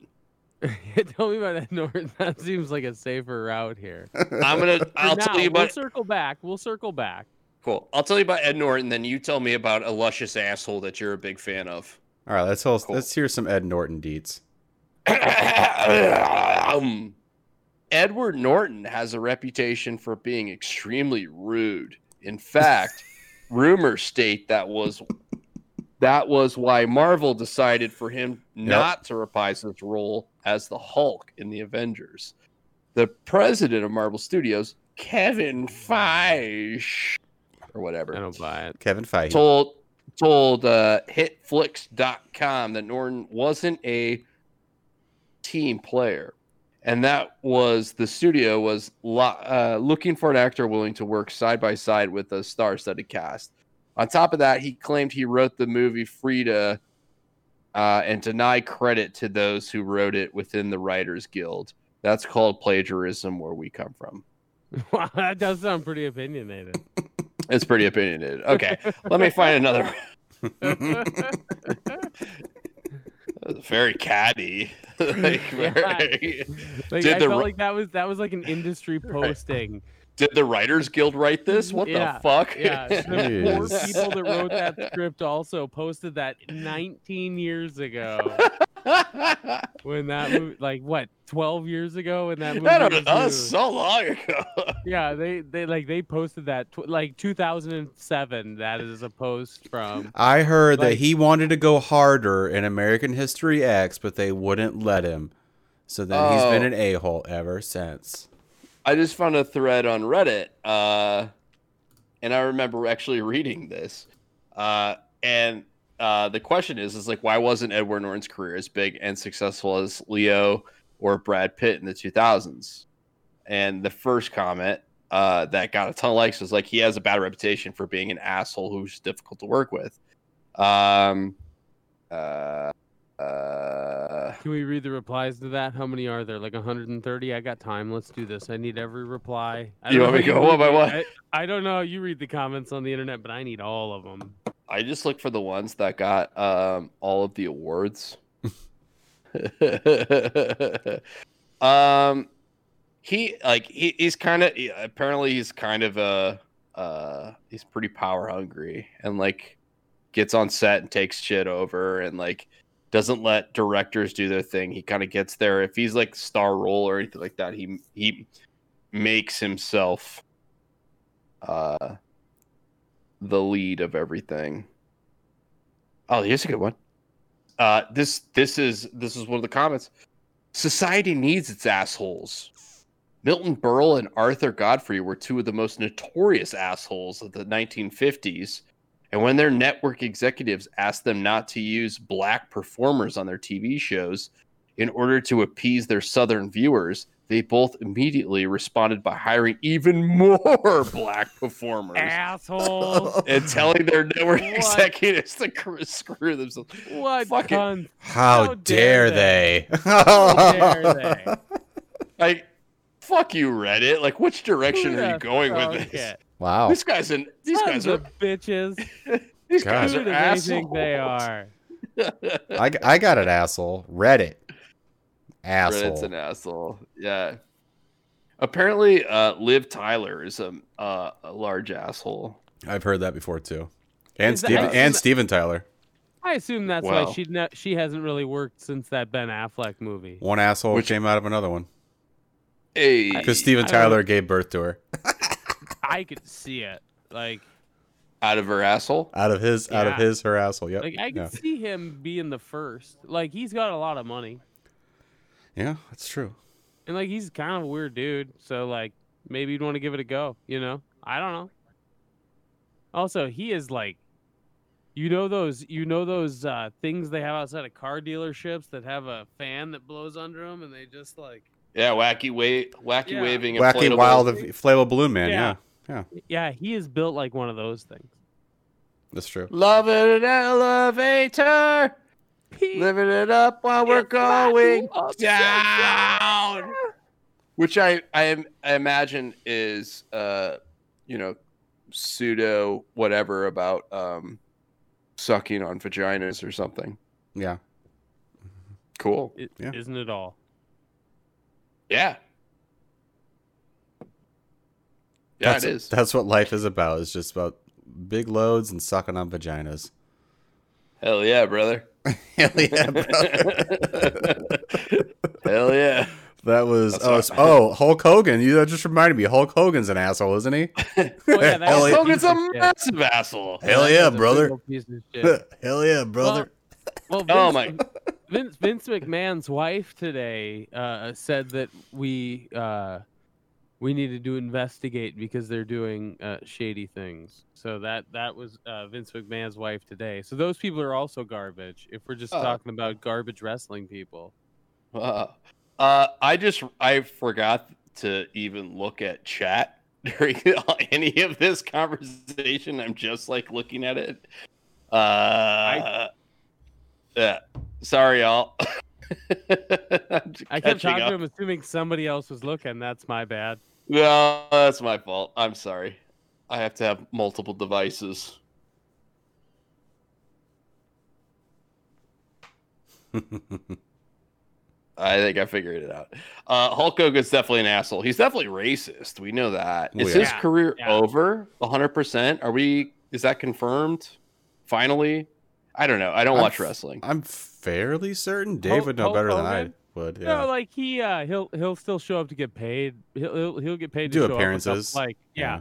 tell me about that north. *laughs* That seems like a safer route here. For I'm *laughs* gonna. *laughs* I'll now, tell you We'll about. circle back. We'll circle back. Cool. I'll tell you about Ed Norton, then you tell me about a luscious asshole that you're a big fan of. All right, let's host, Cool. let's hear some Ed Norton deets. um, *coughs* Edward Norton has a reputation for being extremely rude. In *laughs* fact, rumors state that was that was why Marvel decided for him not to reprise his role as the Hulk in the Avengers. The president of Marvel Studios, Kevin Feige, or whatever, I don't buy it. *laughs* Kevin Feige. told told uh, hitflix.com that Norton wasn't a team player and that was the studio was lo- uh, looking for an actor willing to work side by side with a star-studded cast on top of that he claimed he wrote the movie frida uh, and deny credit to those who wrote it within the writers guild that's called plagiarism where we come from Wow, that does sound *laughs* pretty opinionated. *laughs* it's pretty opinionated okay let me find another That was very catty. *laughs* like, *laughs* Yeah. very- Like, Did I the felt ri- like that was that was like an *laughs* industry posting. Did the Writers Guild write this? What Yeah, the fuck? *laughs* Yeah, the four Jeez. people that wrote that script also posted that 19 years ago *laughs* when that movie, like what, 12 years ago when that movie. that was was us new. so long ago. Yeah, they they like they posted that tw- like 2007. That is a post from. I heard that Like- he wanted to go harder in American History X, but they wouldn't let him. So then he's been Oh. an a hole ever *laughs* since. I just found a thread on Reddit, uh, and I remember actually reading this. Uh, and uh, the question is, is like, why wasn't Edward Norton's career as big and successful as Leo or Brad Pitt in the 2000s? And the first comment uh, that got a ton of likes was like, he has a bad reputation for being an asshole who's difficult to work with. Um, uh, uh, Can we read the replies to that? How many are there? Like 130. I got time. Let's do this. I need every reply. I You want don't know me to how go you one by read- one? I, I don't know. how You read the comments on the internet, but I need all of them. I just look for the ones that got um, all of the awards. *laughs* um, he like he, he's kind of apparently he's kind of a uh, he's pretty power hungry and like gets on set and takes shit over and like doesn't let directors do their thing. He kind of gets there if he's like star role or anything like that. He he makes himself uh the lead of everything. Oh, here's a good one. Uh, this this is this is one of the comments. Society needs its assholes. Milton Berle and Arthur Godfrey were two of the most notorious assholes of the 1950s. And when their network executives asked them not to use black performers on their TV shows in order to appease their Southern viewers, they both immediately responded by hiring even *laughs* more black performers *laughs* Assholes. and telling their network *laughs* What? executives to cr- screw themselves. What Fuck it. cunts. How, How dare, dare they? *laughs* How dare they? Like, fuck you, Reddit. Like, which direction Who are you the going with fuck this? it? Wow. These guys and these Sons guys are of bitches. these God. guys Who do are they assholes. think they are? I, I got an asshole. Reddit. Reddit's Asshole. an asshole. Yeah. Apparently, uh, Liv Tyler is a, uh, a large asshole. I've heard that before too. And Is that- Steven is and that- Steven Tyler. I assume that's Wow. why she ne- she hasn't really worked since that Ben Affleck movie. One asshole Which- came out of another one. Hey, Because Steven I don't- Tyler gave birth to her. I could see it. Like out of her asshole. Out of his out of Yeah. his her asshole. Yep. like I could yeah. see him being the first. Like he's got a lot of money. yeah, that's true. And like he's kind of a weird dude, so like maybe you'd want to give it a go, you know? I don't know. Also, he is like you know those you know those uh things they have outside of car dealerships that have a fan that blows under them and they just like Yeah, wacky wave, wacky Yeah. waving, Wacky inflatable. wild inflatable balloon man, yeah. Yeah. yeah, he is built like one of those things. That's true. Love in an elevator. Living it up while we're It's not going upside down. Which I I, am, I imagine is uh you know pseudo whatever about um sucking on vaginas or something. Yeah. Cool. It, Yeah. Isn't it all? Yeah. Yeah, that's, it is. That's what life is about. It's just about big loads and sucking on vaginas. Hell yeah, brother. *laughs* Hell yeah, brother. Hell yeah. *laughs* that was That's oh, what- s- oh Hulk Hogan. You that just reminded me. Hulk Hogan's an asshole, isn't he? Oh, yeah, that Hell was yeah. Hogan's piece a of shit. massive asshole. Hell That yeah, was a big brother. old piece of shit. *laughs* Hell yeah, brother. Well, Vince, Oh my Vince Vince McMahon's wife today uh, said that we uh, we needed to investigate because they're doing uh, shady things. So that that was uh, Vince McMahon's wife today. So those people are also garbage. If we're just Oh. talking about garbage wrestling people, Uh, uh, I just I forgot to even look at chat *laughs* during any of this conversation. I'm just like looking at it. Uh, yeah. Sorry, y'all. *laughs* I kept talking to him, assuming somebody else was looking. That's my bad. No, that's my fault. I'm sorry. I have to have multiple devices. I think I figured it out. Uh, Hulk Hogan's definitely an asshole. He's definitely racist. We know that. Is Oh, Yeah. his Yeah, career yeah. over? 100%? Are we, is that confirmed? Finally? I don't know. I don't I'm watch f- wrestling. *laughs* I'm fairly certain Dave Hulk- would know Hulk better than I Hogan? would. Yeah. No, like he uh, he'll he'll still show up to get paid. He'll he'll, he'll get paid to Do show up and stuff, appearances. Like yeah.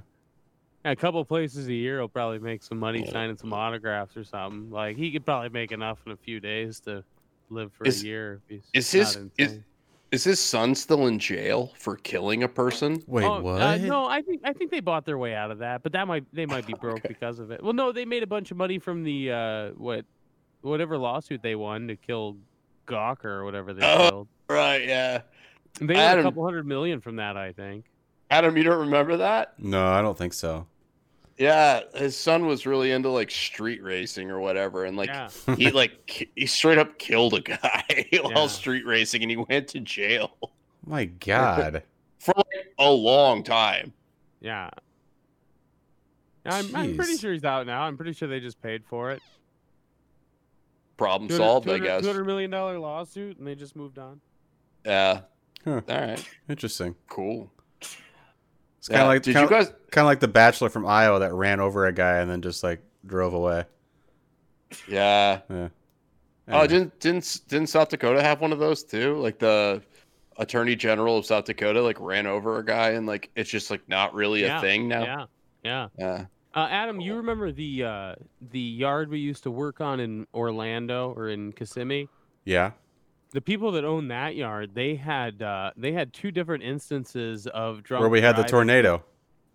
Yeah, a couple places a year will probably make some money Yeah. signing some autographs or something. Like he could probably make enough in a few days to live for Is- a year. If is he's not his- is- insane. Is his son still in jail for killing a person? Wait, Oh, uh, what? no, I think I think they bought their way out of that, but that might they might be broke Okay. because of it. Well, no, they made a bunch of money from the uh, what whatever lawsuit they won to kill Gawker or whatever they Oh. killed. Right, yeah. They got a Adam- couple hundred million from that, I think. Adam, you don't remember that? No, I don't think so. Yeah, his son was really into like street racing or whatever, and like yeah. he like ki- he straight up killed a guy *laughs* while Yeah. street racing, and he went to jail My God. *laughs* for like a long time. Yeah. I'm, I'm pretty Jeez. sure he's out now. I'm pretty sure they just paid for it. Problem solved, I guess. Two hundred million dollar lawsuit, and they just moved on. Yeah. Huh. All right. Interesting. Cool. It's kind of Yeah. like did kinda, you guys? kind of like the Bachelor from Iowa that ran over a guy and then just like drove away. Yeah. Yeah. Oh, didn't didn't didn't South Dakota have one of those too? Like the Attorney General of South Dakota like ran over a guy, and like it's just like not really Yeah, a thing now. Yeah, yeah. Yeah. Uh, Adam, you remember the uh, the yard we used to work on in Orlando or in Kissimmee? yeah. The people that own that yard, they had uh, they had two different instances of drunk. Where we had the driving. tornado.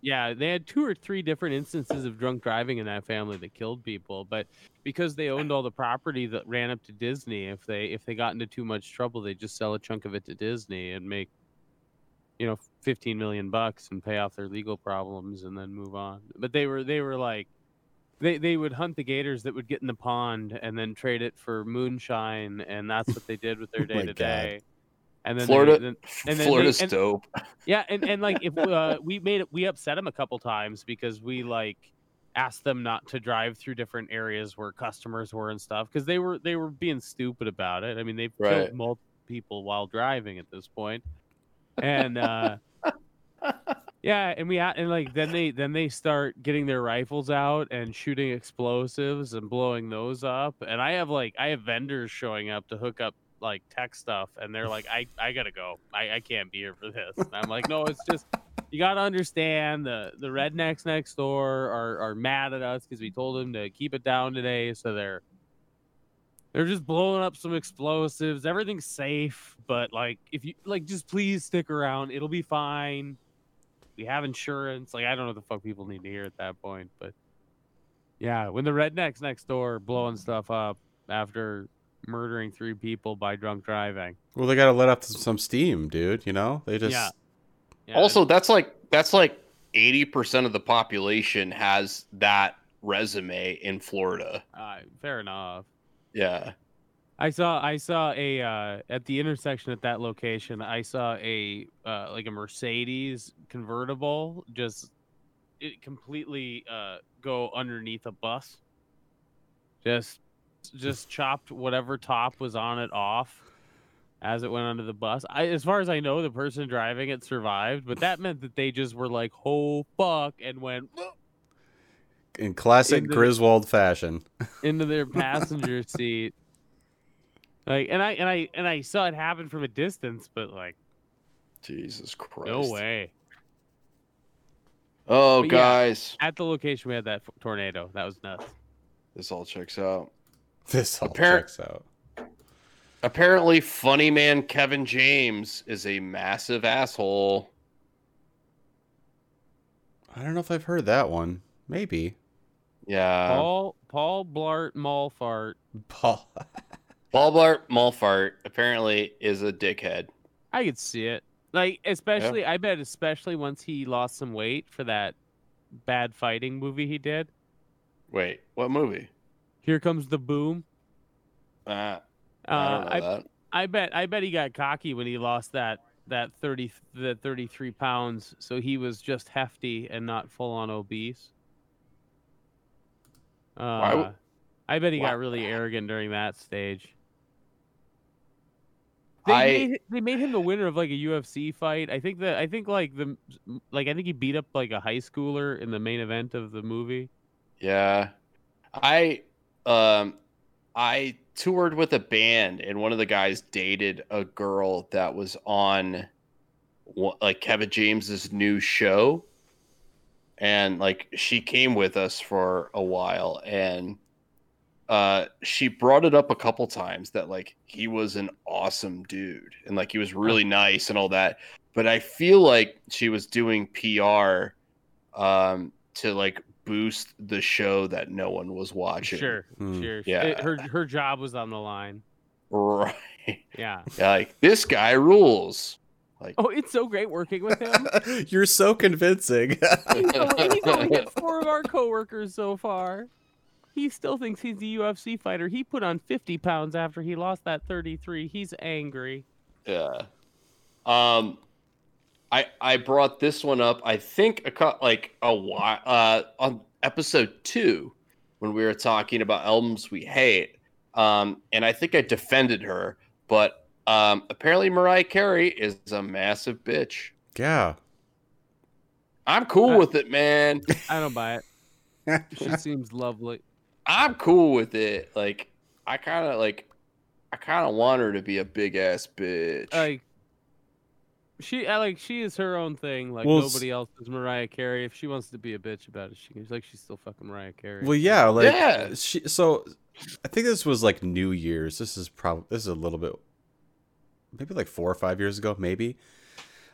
Yeah, they had two or three different instances of drunk driving in that family that killed people, but because they owned all the property that ran up to Disney, if they if they got into too much trouble, they just sell a chunk of it to Disney and make you know 15 million bucks and pay off their legal problems and then move on. But they were they were like they they would hunt the gators that would get in the pond and then trade it for moonshine and that's what they did with their *laughs* Oh my day God. to day. And then they would- Florida, then- then they- Florida's and- dope. yeah, and, and like if uh, we made it, we upset them a couple times because we like asked them not to drive through different areas where customers were and stuff because they were they were being stupid about it. I mean, they've Right. killed multiple people while driving at this point, and uh, yeah, and we a- and like then they then they start getting their rifles out and shooting explosives and blowing those up. And I have like I have vendors showing up to hook up like tech stuff and they're like i i gotta go i i can't be here for this and i'm like no it's just you gotta understand the the rednecks next door are are mad at us because we told them to keep it down today so they're they're just blowing up some explosives everything's safe but like if you like just please stick around it'll be fine we have insurance like i don't know what the fuck people need to hear at that point but yeah when the rednecks next door are blowing stuff up after murdering three people by drunk driving. Well, they got to let up some, some steam, dude. You know, they just Yeah. Yeah, also, that's like that's like eighty percent of the population has that resume in Florida. uh, fair enough. Yeah. I saw I saw a uh, at the intersection at that location. I saw a uh, like a Mercedes convertible just it completely uh, go underneath a bus. Just just chopped whatever top was on it off as it went under the bus. I, as far as I know, the person driving it survived, but that meant that they just were like, "Oh fuck," and went in classic Into- Griswold fashion. *laughs* into their passenger *laughs* seat. Like, and I and I and I saw it happen from a distance, but like, Jesus Christ. no way. Oh, But yeah. guys, At the location we had that f- tornado, that was nuts. this all checks out. This all Apparent- checks out. Apparently, funny man Kevin James is a massive asshole. I don't know if I've heard that one. Maybe. Yeah. Paul Paul Blart Mallfart. Paul. Paul Blart Malfart apparently is a dickhead. I could see it. Like, especially, I bet, especially once he lost some weight for that bad fighting movie he did. Wait, what movie? Here comes the boom. Uh, Uh, I don't know I, that. I bet I bet he got cocky when he lost that that thirty the thirty three pounds. So he was just hefty and not full on obese. Uh, w- I bet he why- got really arrogant during that stage. They, I- made, they made him the winner of like a UFC fight. I think that I think like the like I think he beat up like a high schooler in the main event of the movie. Yeah. I um I toured with a band and one of the guys dated a girl that was on wha- like Kevin James's new show. And like she came with us for a while and uh she brought it up a couple times that like he was an awesome dude and like he was really nice and all that. But I feel like she was doing PR um to like boost the show that no one was watching. Sure, Hmm. sure. Yeah. It- her her job was on the line. Right. Yeah. Like this guy rules. Like Oh, it's so great working with him. *laughs* You're so convincing. *laughs* he's only, *laughs* *laughs* he's only hit four of our coworkers so far. He still thinks he's a UFC fighter. He put on 50 pounds after he lost that 33. He's angry. Yeah. Um, I I brought this one up. I think a co- like a while uh on episode two when we were talking about albums we hate. Um, and I think I defended her, but um, apparently Mariah Carey is a massive bitch. *laughs* yeah. I'm cool Uh, with it, man. I don't buy it. *laughs* She seems lovely. I'm cool with it. Like I kind of like I kind of want her to be a big ass bitch. Like she I like she is her own thing. Like Well, s- nobody else is Mariah Carey. If she wants to be a bitch about it, she can like she's still fucking Mariah Carey. Well, yeah, like Yeah. she. So, I think this was like New Year's. This is probably this is a little bit, maybe like four or five years ago, maybe.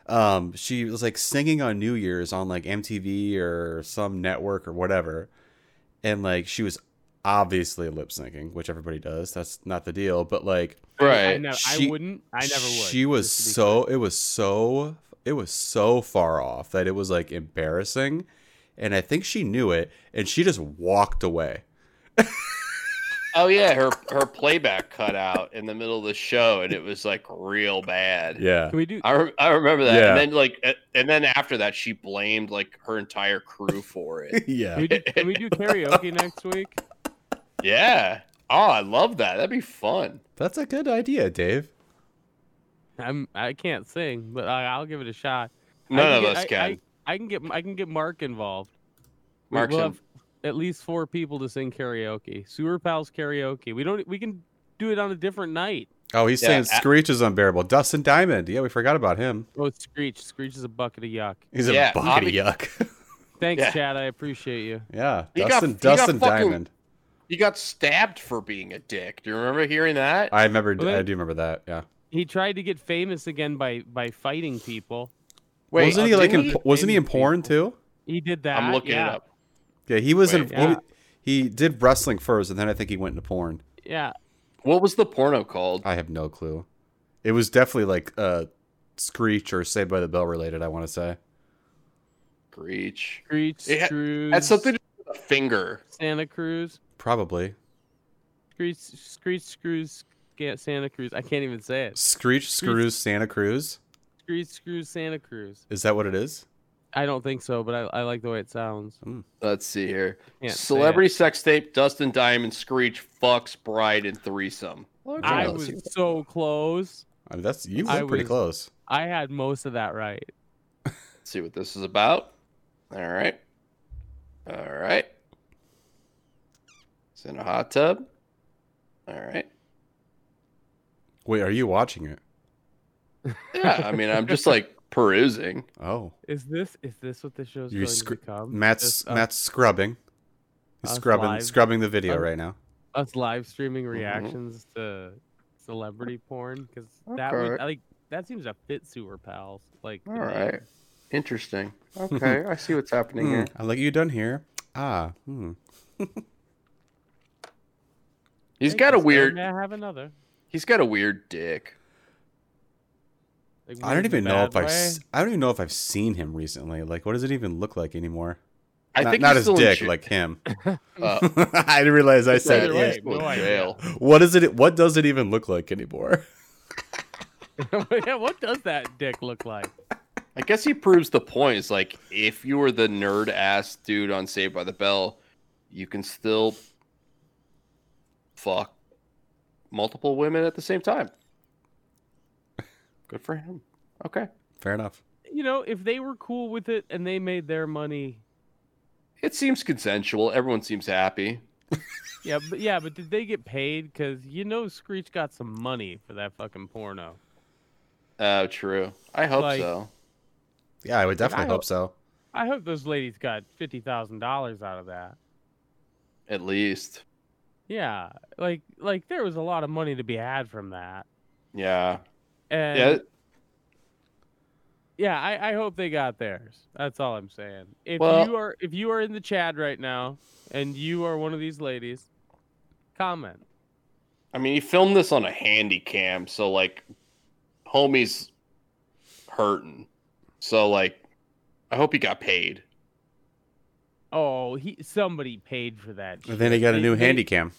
Um, she was like singing on New Year's on like MTV or some network or whatever, and like she was obviously lip syncing, which everybody does. That's not the deal, but like I, right? nev- She- I wouldn't. I never would. she was just to be so it was so it was so far off that it was like embarrassing, and I think she knew it, and she just walked away. Oh yeah, her her playback cut out in the middle of the show, and it was like real bad. Yeah. *laughs* Can we do I, re- I remember that. Yeah. And then like a- and then after that, she blamed like her entire crew for *laughs* it. yeah. can we do, can we do karaoke next week? yeah. Oh, I love that. That'd be fun. That's a good idea, Dave. I'm I can't sing, but I, I'll give it a shot. I None can of get- us I- can. I, I can get I can get Mark involved. We- Mark's we'll in- have at least four people to sing karaoke. Sewer pals karaoke. We don't. We can do it on a different night. Oh, he's Yeah, saying a- Screech is unbearable. Dustin Diamond. Yeah, we forgot about him. Oh, Screech. Screech is a bucket of yuck. He's Yeah, a bucket obvi- of yuck. *laughs* Thanks, Yeah. Chad. I appreciate you. yeah. He got- Dustin he got Dustin fucking- Diamond. he got stabbed for being a dick. Do you remember hearing that? I remember Well, that- I do remember that. Yeah. He tried to get famous again by by fighting people. Wait, oh, wasn't he like didn't in, wasn't he in porn too? He did that. I'm looking yeah. it up. Yeah, he was in Wait, yeah. he, he did wrestling first and then I think he went into porn. Yeah. What was the porno called? I have no clue. It was definitely like uh Screech or Saved by the Bell related, I want to say. Screech. Screech. It had- Scrooge. That's something to do with a finger. Santa Cruz. Probably. Screech. Screech. Screws. Sca- Santa Cruz. I can't even say it. Screech screws Santa Cruz. Screech Screws Santa Cruz. Is that what it is? I don't think so, but I, I like the way it sounds. Let's see here. Can't say it. Celebrity sex tape, Dustin Diamond, Screech, fucks, bride, and threesome. I Yeah. was so close. I mean, that's you I were pretty was- close. I had most of that right. Let's see what this is about. All right. All right. It's in a hot tub. All right. Wait, are you watching it? Yeah, I mean, I'm just *laughs* like perusing. Oh, Is this is this what the show's You going scr- to become? Matt's Just uh, us- Matt's scrubbing. He's us scrubbing live. scrubbing the video Um, right now. us live streaming Mm-hmm. reactions to celebrity porn because that would Okay. I like that seems to fit Super Pals. Like to All me. right. Interesting. Okay, I see what's happening Hmm, here. I like you done here. Ah, hmm. He's Hey, got a Costello, weird May I have another? he's got a weird dick. Like, I weird don't in a even know bad if I've way? s- *laughs* I don't even know if I've seen him recently. Like, what does it even look like anymore? I not think not he's his still in dick, ja- like him. *laughs* uh, *laughs* I didn't realize I Either said way, it. he's still in no idea. jail. What is it? What does it even look like anymore? *laughs* *laughs* yeah, what does that dick look like? I guess he proves the point. It's like if you were the nerd ass dude on Saved by the Bell, you can still fuck multiple women at the same time. Good for him. Okay. Fair enough. You know, if they were cool with it and they made their money, It seems consensual. Everyone seems happy. yeah, but yeah, but did they get paid? Because you know, Screech got some money for that fucking porno. Uh, true. I hope Like- so. Yeah, I would definitely I hope so. I hope those ladies got fifty thousand dollars out of that. At least. Yeah, like like there was a lot of money to be had from that. Yeah. And Yeah. Yeah, I, I hope they got theirs. That's all I'm saying. If Well- you are if you are in the Chad right now and you are one of these ladies, comment. I mean, he filmed this on a handy cam, so like, homie's hurting. So like, I hope he got paid. Oh, he somebody paid for that. And then he got a They- new they- handy cam.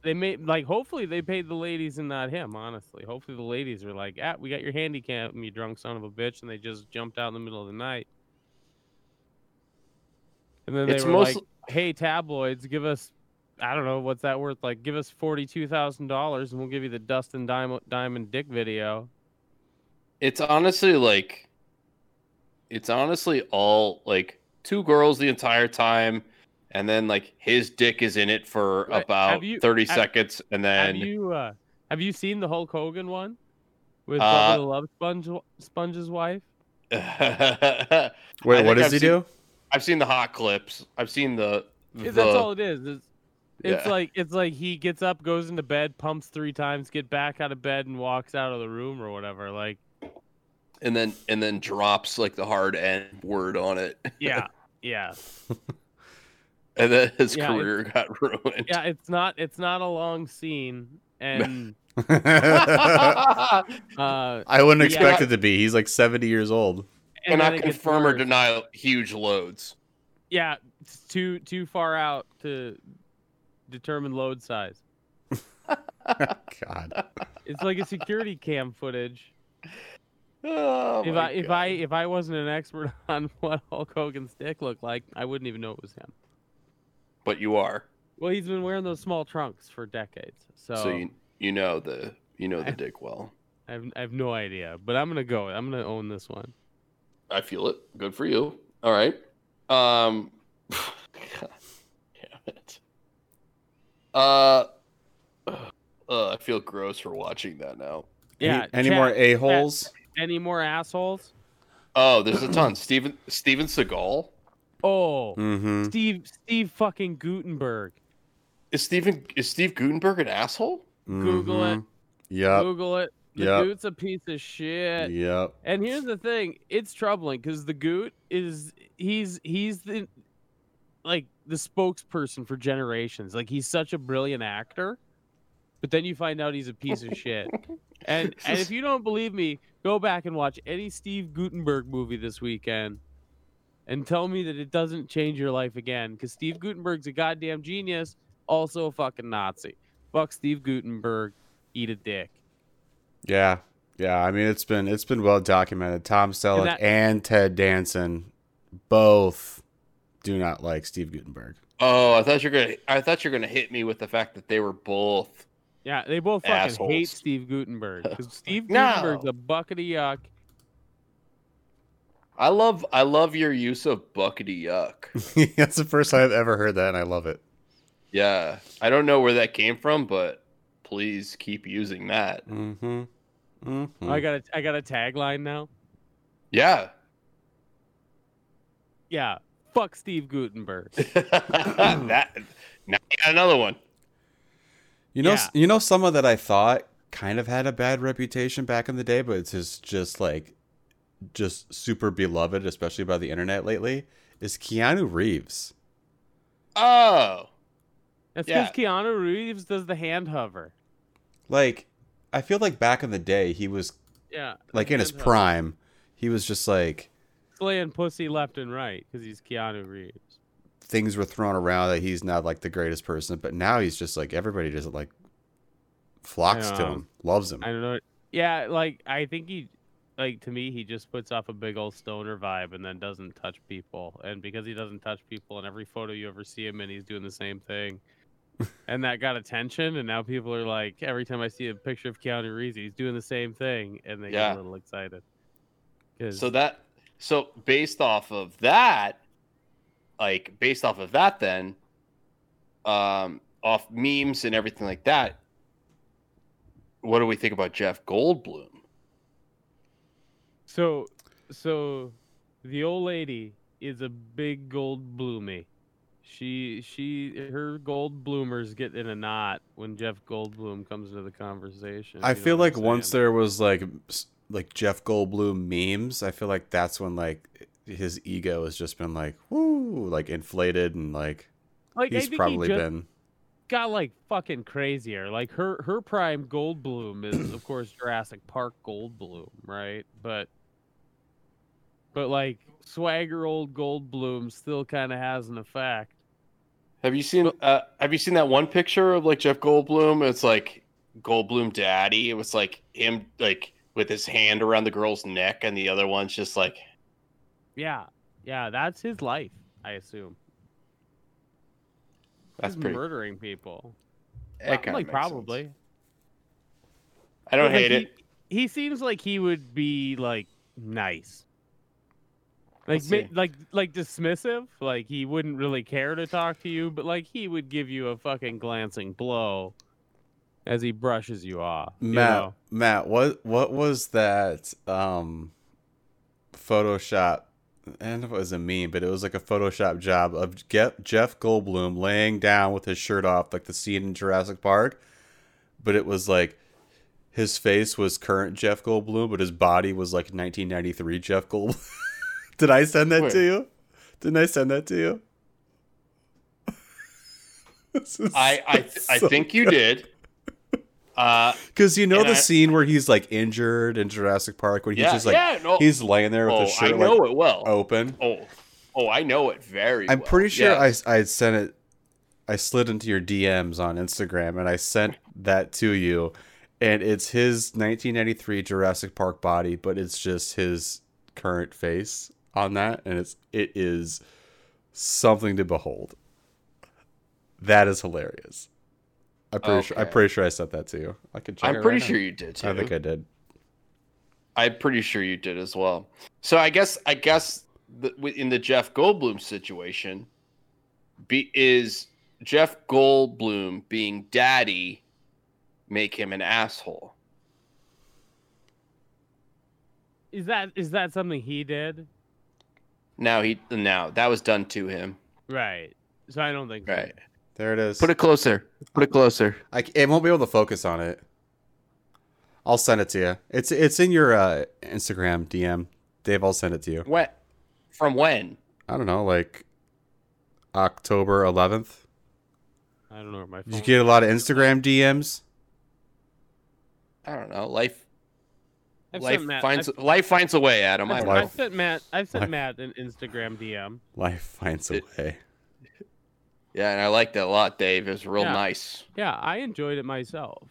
They made like hopefully they paid the ladies and not him. Honestly, hopefully the ladies were like, "Ah, we got your handy cam, you drunk son of a bitch," and they just jumped out in the middle of the night. And then they It's were most- like, "Hey, tabloids, give us." I don't know what's that worth. Like, give us forty-two thousand dollars, and we'll give you the Dustin Diamond Diamond Dick video. It's honestly like, it's honestly all like two girls the entire time, and then like his dick is in it for Right. Have about you- thirty have- seconds, and have then *laughs* you uh, have you seen the Hulk Hogan one with Uh, Bubba the Love Sponge, Sponge's wife? Wait, I what think does I've he seen- do? *laughs* I've seen the hot clips. I've seen the. It- the- That's all it is. It's, it's Yeah. like it's like he gets up, goes into bed, pumps three times, get back out of bed, and walks out of the room or whatever. *laughs* Like, and then and then drops like the hard N word on it. yeah, yeah, *laughs* and then his Yeah, it- career got ruined. *laughs* yeah. *laughs* It's not it's not a long scene, and I uh, wouldn't Yeah. *laughs* expect it to be. He's like 70 years old. and then Cannot it gets confirm or worse. deny huge loads. Yeah, it's too too far out to determine load size. God. It's like *laughs* a security cam footage. Oh if my I if God. I if I wasn't an expert *laughs* on what Hulk Hogan's dick looked like, I wouldn't even know it was him. but you are, Well, he's been wearing those small trunks for decades, so, so you you know the you know the dick well. I, have, I have no idea. But I'm gonna go. I'm gonna own this one. I feel it. Good for you. All right. Um. *sighs* God damn it. Uh. *sighs* Uh, I feel gross for watching that now. Yeah. Any, any Chad, more a-holes? Any more assholes? Oh, there's a ton. Steven Steven Seagal Oh, Mm-hmm. Steve Steve fucking Gutenberg. is Steven is Steve Gutenberg an asshole? mm-hmm. Google it. Yep. Google it. The Yep. dude's a piece of shit. Yep. And here's the thing, it's troubling because the Goot is he's he's the like the spokesperson for generations. Like he's such a brilliant actor, but then you find out he's a piece of shit. And and if you don't believe me, go back and watch any Steve Gutenberg movie this weekend and tell me that it doesn't change your life again because Steve Gutenberg's a goddamn genius, also a fucking Nazi. Fuck Steve Gutenberg. eat a dick. Yeah. Yeah, I mean it's been it's been well documented. Tom Selleck that- and Ted Danson both do not like Steve Gutenberg. Oh, I thought you're gonna. I thought you're gonna hit me with the fact that they were both. Yeah, they both fucking hate Assholes. Steve Gutenberg. *laughs* 'cause Steve No. Gutenberg's a bucket of yuck. I love. I love your use of buckety yuck. *laughs* That's the first time I've ever heard that, and I love it. yeah, I don't know where that came from, but please keep using that. Mm-hmm. Hmm. Mm-hmm. I got a I got a tagline now. Yeah. Yeah, fuck *laughs* Steve Gutenberg. that. Now you got another one. you know, yeah. you know, someone that I thought kind of had a bad reputation back in the day, but it's just, just like, just super beloved, especially by the internet lately, is Keanu Reeves. Oh. That's Yeah. because Keanu Reeves does the hand hover. Like, I feel like back in the day, he was Yeah, like in his hand hover. prime, he was just like slaying pussy left and right because he's Keanu Reeves. things were thrown around that he's not like the greatest person, but now he's just like everybody just like flocks to Yeah. him, loves him. I don't know. Yeah, like I think he, like to me, he just puts off a big old stoner vibe and then doesn't touch people. And because he doesn't touch people, in every photo you ever see him in, he's doing the same *laughs* thing. and that got attention, and now people are like, every time I see a picture of Keanu Reeves, he's doing the same thing, and they get Yeah. a little excited. 'Cause- So that so based off of that, like based off of that, then, um, off memes and everything like that. What do we think about Jeff Goldblum? So, so the old lady is a big gold bloomy. She she her gold bloomers get in a knot when Jeff Goldblum comes into the conversation. I you know feel what I'm like once saying? there was like s- like Jeff Goldblum memes, I feel like that's when like his ego has just been like woo, like inflated and like, like I he's think he probably just been got like fucking crazier. Like her her prime Goldblum is *clears throat* of course Jurassic Park Goldblum, right? But but like swagger old Goldblum still kind of has an effect. Have you seen uh, Have you seen that one picture of like Jeff Goldblum? It's like Goldblum Daddy. It was like him like with his hand around the girl's neck, and the other one's just like Yeah, yeah, that's his life, I assume. that's He's pretty. murdering people. that Well, kinda like makes sense. probably. I don't But, like, hate it. He, he seems like he would be like nice. Like We'll ma- see. like like dismissive, like he wouldn't really care to talk to you, but like he would give you a fucking glancing blow as he brushes you off. you Matt. know? Matt, what what was that um Photoshop? I don't know if it was a meme, but it was like a Photoshop job of Ge- Jeff Goldblum laying down with his shirt off, like the scene in Jurassic Park. But it was like his face was current Jeff Goldblum, but his body was like 1993 Jeff Goldblum. *laughs* Did I send that to Wait. you? Didn't I send that to you? *laughs* This is I I, *laughs* I so think you did. *laughs* Uh, because you know And the I- scene where he's like injured in Jurassic Park when he's yeah, just like yeah, no, he's laying there with oh, his I shirt know like, it well. Oh. open. oh, I know it very. I'm well. pretty sure Yeah. I I sent it. I slid into your DMs on Instagram and I sent that to you, and it's his 1993 Jurassic Park body, but it's just his current face on that, and it's it is something to behold. That is hilarious. I'm pretty sure. I'm Okay. pretty sure I sent that to you. I can check. it I'm right pretty now. sure you did too. I think I did. I'm pretty sure you did as well. So I guess I guess the, wi- in the Jeff Goldblum situation, be, is Jeff Goldblum being daddy make him an asshole? Is that is that something he did? Now he now that was done to him. Right. So I don't think so. Right. There it is. Put it closer. Put it closer. I, c- I won't be able to focus on it. I'll send it to you. It's it's in your uh, Instagram DM. Dave, I'll send it to you. What? From when? I don't know, like October 11th. I don't know where my phone Did you get a lot of Instagram DMs? I don't know. Life I've life sent Matt, finds I've, life finds a way, Adam. I I've, don't life. know. I've sent Matt I've sent Life. Matt an Instagram DM. Life finds a It- way. Yeah, and I liked that a lot, Dave. It was real Yeah. nice. Yeah, I enjoyed it myself.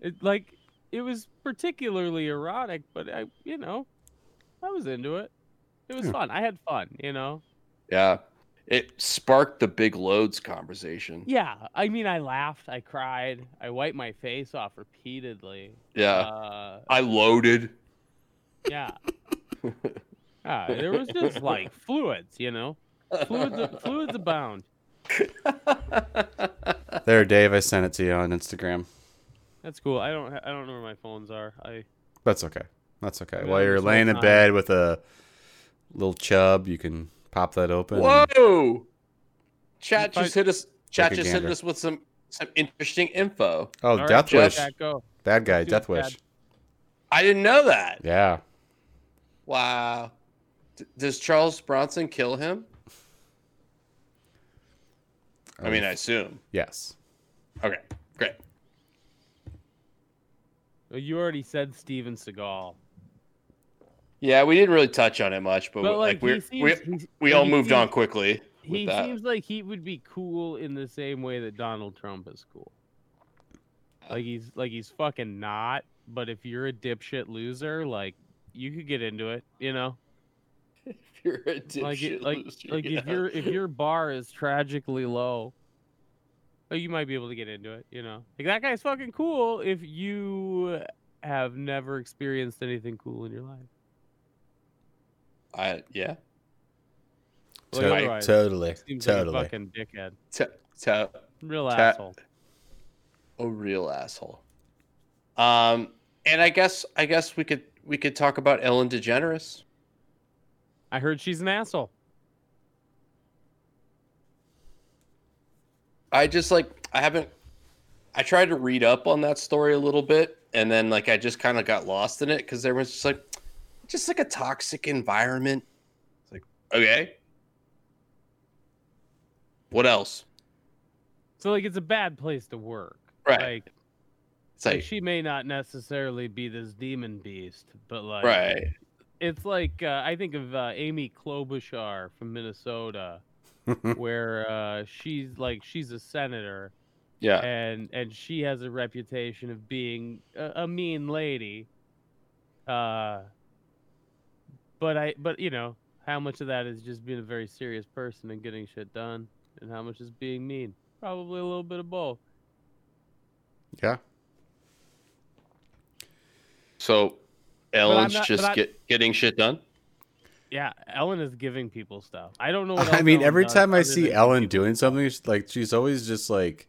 It like it was particularly erotic, but I you know, I was into it. It was Yeah. fun. I had fun, you know. Yeah. It sparked the big loads conversation. Yeah, I mean, I laughed, I cried, I wiped my face off repeatedly. Yeah. Uh, I loaded. *laughs* yeah. Ah, there was just like fluids, you know, fluids, fluids abound. There, Dave. I sent it to you on Instagram. That's cool. I don't, ha- I don't know where my phones are. I That's okay. That's okay. Yeah, While you're this whole laying in time. bed with a little chub, you can pop that open. and- Whoa! Chat If I- just hit us. Chat Take a just hit gander. us with some some interesting info. Oh, All right, Death Jack, Wish. Jack, go. Bad guy, Let's do Death Bad- Wish. I didn't know that. Yeah. Wow. D- does Charles Bronson kill him? Oh, I mean, I assume. yes. Okay, great. Well, You already said Steven Seagal, Yeah, we didn't really touch on it much, but, but like, like, we're, he we seems, he's- we all he moved on seems- quickly with He that. seems like he would be cool in the same way that Donald Trump is cool. Like he's like he's fucking not, but if you're a dipshit loser, like you could get into it, you know? If *laughs* you're a Like dipshit it- like loser, like if yeah. your if your bar is tragically low, like you might be able to get into it, you know. Like that guy's fucking cool if you have never experienced anything cool in your life. I, yeah, Like, To- otherwise, totally. seems like a Totally. fucking dickhead. t- t- Real Ta- asshole. a real asshole. Um, and I guess I guess we could we could talk about Ellen DeGeneres. I heard she's an asshole. I just like I haven't. I tried to read up on that story a little bit, and then like I just kind of got lost in it because everyone's just like, just like a toxic environment. It's like okay, what else? So like it's a bad place to work. Right. Like, It's like like she may not necessarily be this demon beast, but like right, it's like uh, I think of uh, Amy Klobuchar from Minnesota, where uh, she's like she's a senator yeah, and and she has a reputation of being a, a mean lady. Uh, but I but you know how much of that is just being a very serious person and getting shit done, and how much is being mean? Probably a little bit of both. Yeah. so Ellen's not- just but I- get, getting shit done. Yeah, Ellen is giving people stuff. I don't *laughs* know. What I else mean, Ellen every does time I other see than- Ellen doing something, it's like she's always just like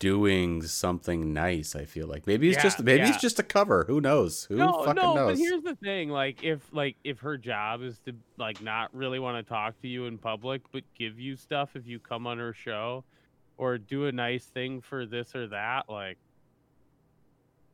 doing something nice. I feel like maybe it's Yeah, just maybe yeah. it's just a cover. Who knows? Who no, fucking no. But knows? here's the thing: like, if like if her job is to like not really want to talk to you in public, but give you stuff if you come on her show, or do a nice thing for this or that, like,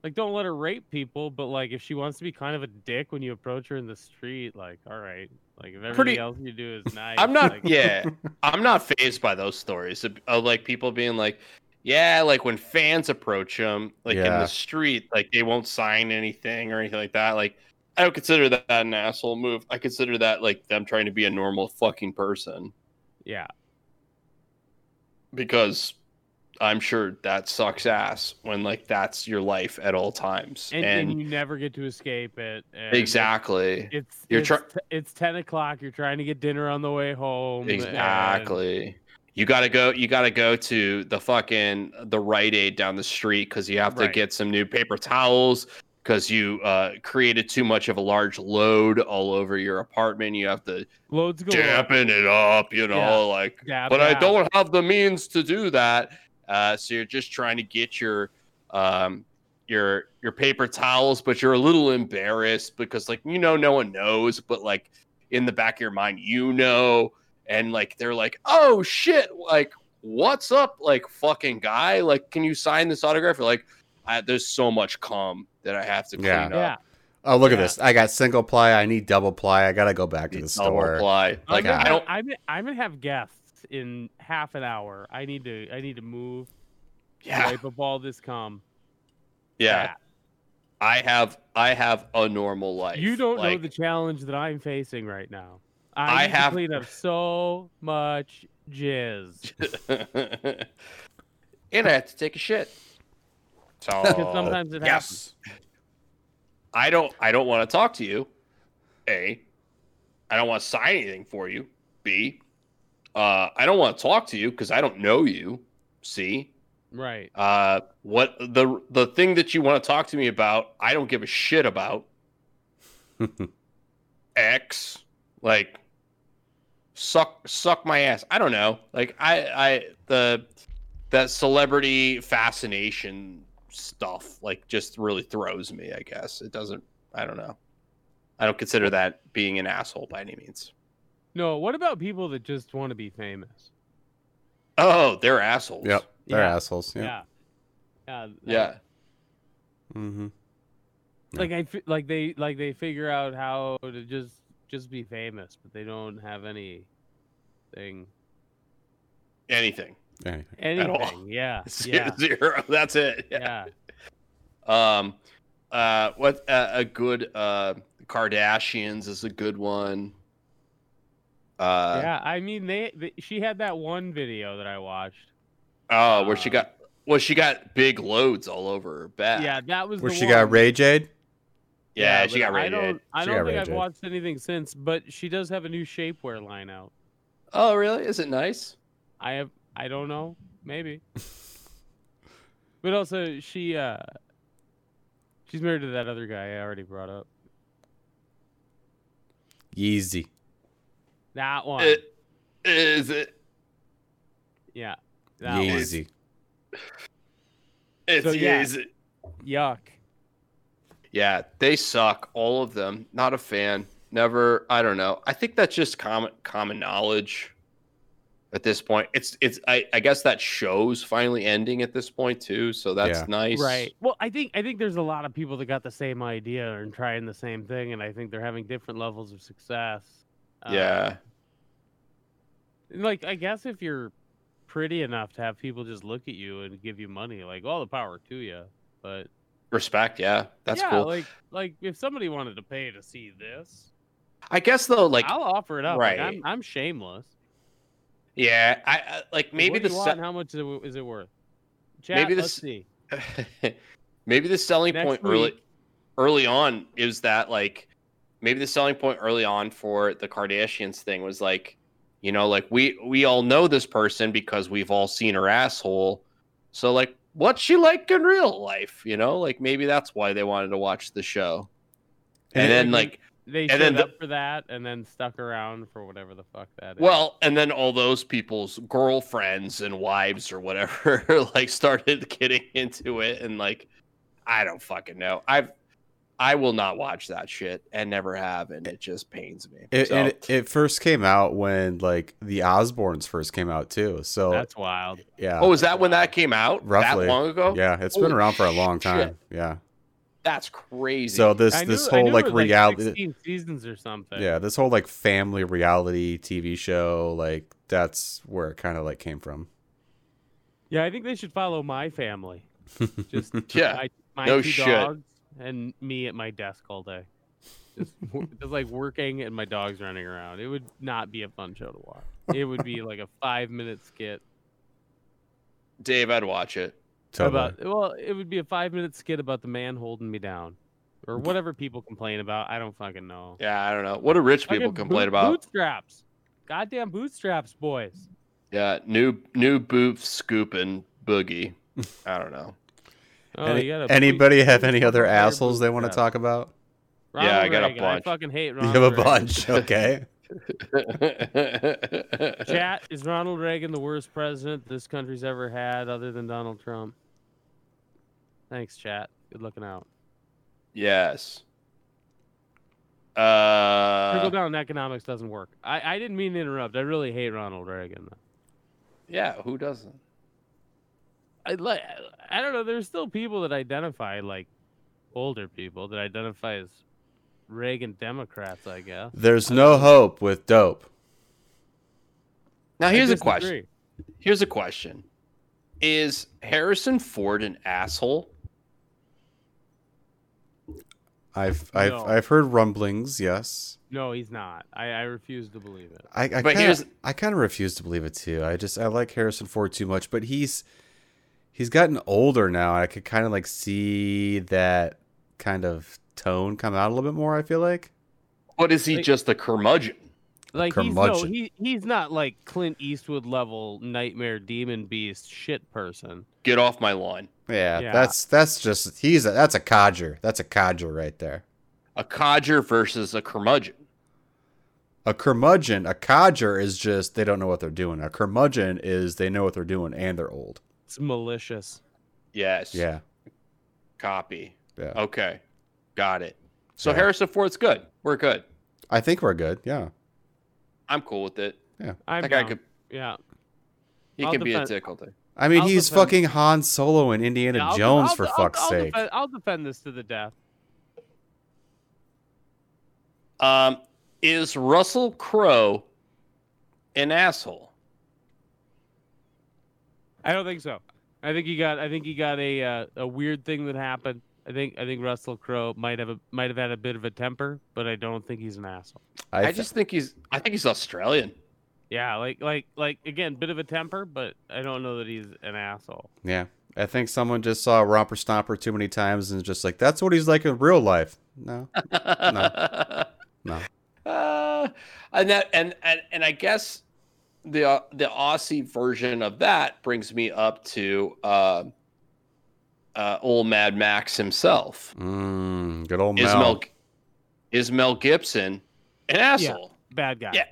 like don't let her rape people. But like, if she wants to be kind of a dick when you approach her in the street, like, all right, like if everything Pretty- else you do is nice, I'm not. like, yeah, *laughs* I'm not phased by those stories of, of like people being like, yeah, like when fans approach them, like in Yeah. the street, like they won't sign anything or anything like that. Like I don't consider that an asshole move. I consider that like them trying to be a normal fucking person yeah, because I'm sure that sucks ass when like that's your life at all times. and, And, and, you never get to escape it. And exactly, It's You're it's, try- t- it's ten o'clock. You're trying to get dinner on the way home. and- exactly. You gotta go. You gotta go to the fucking the Rite Aid down the street because you have to Right. get some new paper towels because you uh, created too much of a large load all over your apartment. You have to Loads go up. dampen it up, you know, Yeah. like. Dab But I dab. don't have the means to do that. Uh, so you're just trying to get your um, your your paper towels, but you're a little embarrassed because like you know no one knows, but like in the back of your mind you know, and like they're like, oh shit, like what's up, like fucking guy, like can you sign this autograph? You're like, I, there's so much cum that I have to clean Yeah. up. Yeah, oh, look at Yeah. this! I got single ply. I need double ply. I gotta go back to the It's all store. apply. Like I'm gonna, I don't. I'm, I'm gonna have guests in half an hour. I need to. I need to move. Yeah, Wipe up all this cum. yeah. I have. I have a normal Yeah. life. You don't Like, know the challenge that I'm facing right now. I, I need to have- clean up so much *laughs* jizz. and I have to take a shit. *laughs* Because So sometimes it happens. Yes. I don't I don't want to talk to you. A. I don't want to sign anything for you. B. Uh, I don't want to talk to you because I don't know you. C. Right. Uh, what the the thing that you want to talk to me about, I don't give a shit about. X, like suck suck my ass. I don't know. Like I I the that celebrity fascination stuff like just really throws me, I guess. It doesn't I don't know. I don't consider that being an asshole by any means. No, what about people that just want to be famous? Oh, they're assholes. *laughs* Yep. *laughs* They're Yeah. assholes. Yeah. Yeah. Yeah. that- Yeah. Mm-hmm. Yeah. Like I f- like they like they figure out how to just just be famous, but they don't have any thing Anything. *laughs* Anyway. all. anything. Yeah. *laughs* Zero. Yeah. That's it. Yeah. Yeah. Um, uh, what uh, a good uh, Kardashians is a good one. Uh, yeah. I mean they, they she had that one video that I watched. Oh, where she got well, she got big loads all over her back. Yeah, that was Where the she one. got Ray Jade? yeah, she but got I radiated. don't I She got don't think I've radiated. watched anything since, but she does have a new shapewear line out. Oh, really? Is it nice? I have I don't know, maybe. but also she uh she's married to that other guy I already brought up. *laughs* Yeezy. That one. It, is it? yeah. That Yeezy. It's So, yeah. is it? one. Yuck. Yeah, they suck. All of them. Not a fan. Never. I don't know. I think that's just common common knowledge. At this point, it's it's. I, I guess that show's finally ending at this point too. So that's Yeah. nice. Right. Well, I think I think there's a lot of people that got the same idea and trying the same thing and I think they're having different levels of success. Uh, Yeah. and, Like I guess if you're pretty enough to have people just look at you and give you money, like all the power to you. But Respect. Yeah. That's yeah, cool. like like if somebody wanted to pay to see this, I guess though, like I'll offer it up. Like, Right. I'm, I'm shameless. yeah, I, I like Like, maybe what the do you se- want and how much is it, is it worth? Chat, Maybe let's this- see. *laughs* maybe the selling Next point early week. early on is that like maybe the selling point early on for the Kardashians thing was like you know like we we all know this person because we've all seen her asshole so like what's she like in real life you know like maybe that's why they wanted to watch the show and, And then like, like They and showed then the- up for that and then stuck around for whatever the fuck that is. well and then all those people's girlfriends and wives or whatever *laughs* like started getting into it and like i don't fucking know i've i will not watch that shit and never have and it just pains me It, So, and it, it first came out when like the Osbournes first came out too. So that's wild. yeah, oh is that when that came out Roughly. that long ago yeah, it's been Oh, holy around for a long shit. time. Yeah. that's crazy So this I this knew- I whole knew like it was, reality, 16 seasons or something. yeah, this whole like family reality TV show, like that's where it kind of like came from. *laughs* Yeah, I think they should follow my family. Just yeah my, my no two shit. dogs and me at my desk all day. Just, *laughs* wor- just like working and my dogs running around. It would not be a fun show to watch. It would be *laughs* like a five minute skit dave i'd watch it Totally. about well, it would be a five minute skit about the man holding me down. Or whatever people complain about. I don't fucking know. yeah i don't know what do rich people Fucking complain boot- about Bootstraps. Goddamn bootstraps, boys. yeah new new booth scooping *laughs* boogie i don't know Oh, Any- you gotta anybody boot- have any other bootstrap, assholes they want to bootstrap. talk about? Ronald Yeah, I got a Reagan. bunch. I fucking hate You Ronald have a Reagan. *laughs* bunch, okay? *laughs* *laughs* Chat is Ronald Reagan the worst president this country's ever had, other than Donald Trump? Thanks, chat. Good looking out. Yes. Trickle Uh, down economics doesn't work. I, I didn't mean to interrupt. I really hate Ronald Reagan. yeah, who doesn't? I like. I don't know. There's still people that identify like older people that identify as Reagan Democrats. I guess. There's no hope with dope. Now I here's a disagree. question. Here's a question. Is Harrison Ford an asshole? I've I've No. I've heard rumblings, yes. No, he's not. I, I refuse to believe it. I, I But here's- kind of I kind of refuse to believe it too. I just I like Harrison Ford too much, but he's he's gotten older now, and I could kind of like see that kind of tone come out a little bit more. I feel like. But is he Like- just a curmudgeon? Like he's no, curmudgeon. he he's not like Clint Eastwood level nightmare demon beast shit person. Get off my lawn. Yeah, Yeah. that's that's just he's a, that's a codger. That's a codger right there. A codger versus a curmudgeon. A curmudgeon, a codger is just they don't know what they're doing. A curmudgeon is they know what they're doing and they're old. It's malicious. Yes. Yeah, Copy. yeah. Oh. Okay. Got it. So Yeah. Harrison Ford's good. We're good. I think we're good. Yeah, I'm cool with it. I'm That guy down. could yeah. he I'll can be a defend- tickle thing. I mean I'll he's defend- fucking Han Solo in Indiana Yeah, I'll- Jones I'll- for I'll- fuck's I'll sake. defend- I'll defend this to the death. Um, is Russell Crowe an asshole? I don't think so. I think he got. I think he got a uh, a weird thing that happened. I think. I think Russell Crowe might have a, might have had a bit of a temper, but I don't think he's an asshole. I, I, th- just think he's I think he's Australian. Yeah, like like like again, bit of a temper, but I don't know that he's an asshole. yeah. I think someone just saw Romper Stomper too many times and is just like that's what he's like in real life. *laughs* No, *laughs* No. Uh, and that and, and and I guess the uh, the Aussie version of that brings me up to uh, uh, old Mad Max himself. mm, good old Is Mel. Mel is Mel Gibson an asshole? Bad guy. Yeah.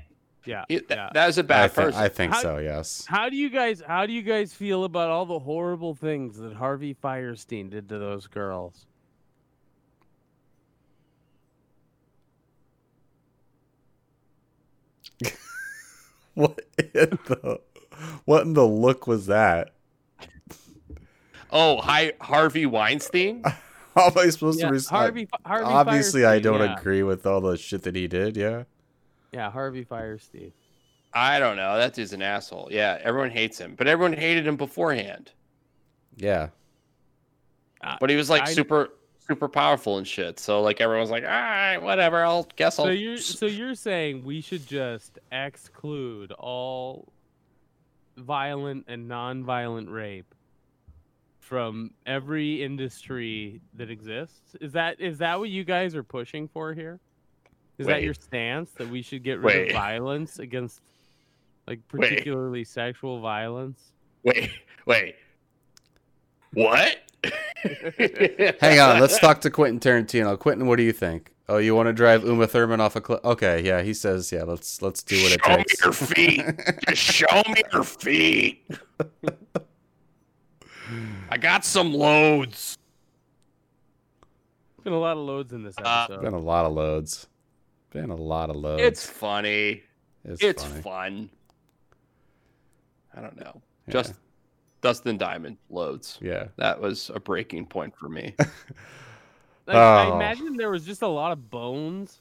Yeah. He- th- yeah. That is a bad I, thi- person. I think How- so. Yes. How do you guys how do you guys feel about all the horrible things that Harvey Firestein did to those girls? *laughs* What in the what in the look was that? *laughs* oh, hi, Harvey *laughs* Weinstein. How am I supposed to respond? Harvey, Fi- Harvey Obviously, I Firestein, don't yeah. agree with all the shit that he did. Yeah, Yeah, Harvey Firestein. I don't know. That dude's an asshole. Yeah, everyone hates him, but everyone hated him beforehand. *laughs* yeah. But he was like I- super super powerful and shit. So like everyone's like, all right, whatever. I'll guess I'll. So you're Oh, s- so you're saying we should just exclude all violent and non-violent rape from every industry that exists? Is that is that what you guys are pushing for here? Is that Wait. your stance that we should get rid Wait. of violence against like Wait. particularly sexual violence? *laughs* Wait, wait. What? *laughs* Hang on, *laughs* let's talk to Quentin Tarantino. Quentin, what do you think? Oh, you want to drive Uma Thurman off a cliff? Okay, yeah, he says, yeah. Let's let's do what it Show me takes. *laughs* your feet. Just show me your feet. I got some loads. Been a lot of loads in this Uh, episode. Been a lot of loads. Been a lot of loads. It's funny. it's, It's funny. fun. I don't know. Yeah. Just Dustin Diamond loads. yeah. That was a breaking point for me. Like, I Oh. imagine there was just a lot of bones.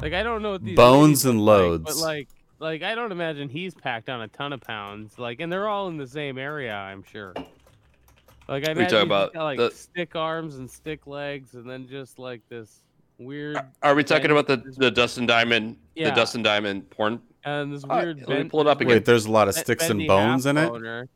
Like I don't know what these Bones ladies and look like, loads. but like, like I don't imagine he's packed on a ton of pounds. Like, and they're all in the same area, I'm sure. Like I We imagine talk he's about got, like the- stick arms and stick legs, and then just like this weird Are we talking And- about the, the Dustin Diamond Yeah. the Dustin Diamond porn? and this All right, weird. let me bend- pull it up this again. Wait, there's a lot of ben- sticks and bendy bones in it. half-boner.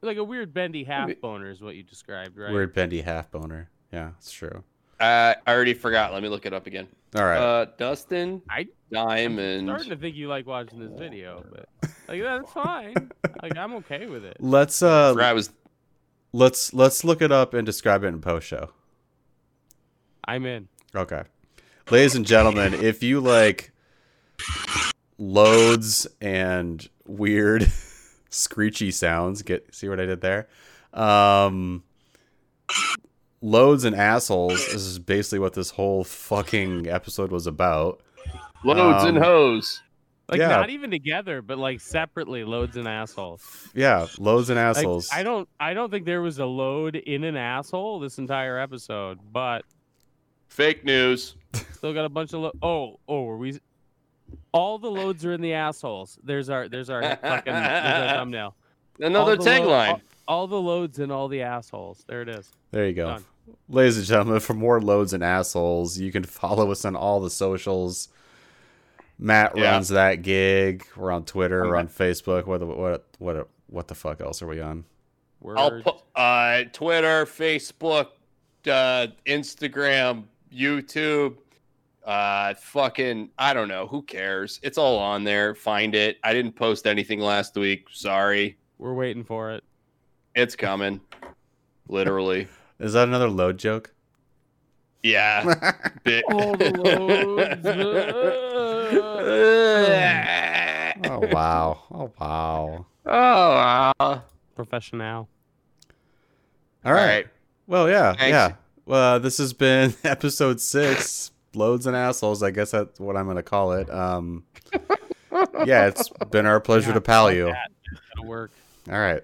Like a weird bendy half me- boner is what you described, right? Weird bendy half boner. Yeah, it's true. Uh, I already forgot. Let me look it up again. All right. Uh, Dustin I- I'm Diamond. starting to think you like watching this video, but *laughs* like that's fine. Like I'm okay with it. let's uh Where I was let's let's look it up and describe it in post show. I'm in. Okay. Ladies and gentlemen, if you like loads and weird *laughs* screechy sounds, get see what I did there? Um loads and assholes this is basically what this whole fucking episode was about. loads and Um, hoes. Like Yeah. not even together, but like separately, loads and assholes. Yeah, loads and Like, assholes. I don't I don't think there was a load in an asshole this entire episode, but Fake news. still got a bunch of lo- oh oh were we all the loads are in the assholes. There's our *laughs* there's our fucking there's our thumbnail. Another All the lo- tagline. all- all the loads and all the assholes. There it is. There you go. Done. Ladies and gentlemen, for more loads and assholes, you can *laughs* follow us on all the socials. Matt Yeah. runs that gig. We're on Twitter, I'm we're on Facebook, what, what, what, What the fuck else are we on? Word. I'll put uh, Twitter, Facebook, uh, Instagram, YouTube, uh, fucking I don't know. Who cares? It's all on there. Find it. I didn't post anything last week. Sorry, We're waiting for it. it's coming. Literally, Is that another load *laughs* joke? yeah. Bi- All the loads. *laughs* Ah. *laughs* oh wow! Oh wow! oh, wow. Professional. All right. Well, yeah, yeah. Well, uh, this has been *laughs* episode six, loads and assholes. I guess that's what I'm gonna call it. *laughs* Um, yeah, it's been our pleasure Yeah, to pal you. Gotta work. All right,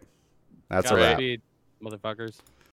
that's a Gotta wrap. speed, motherfuckers.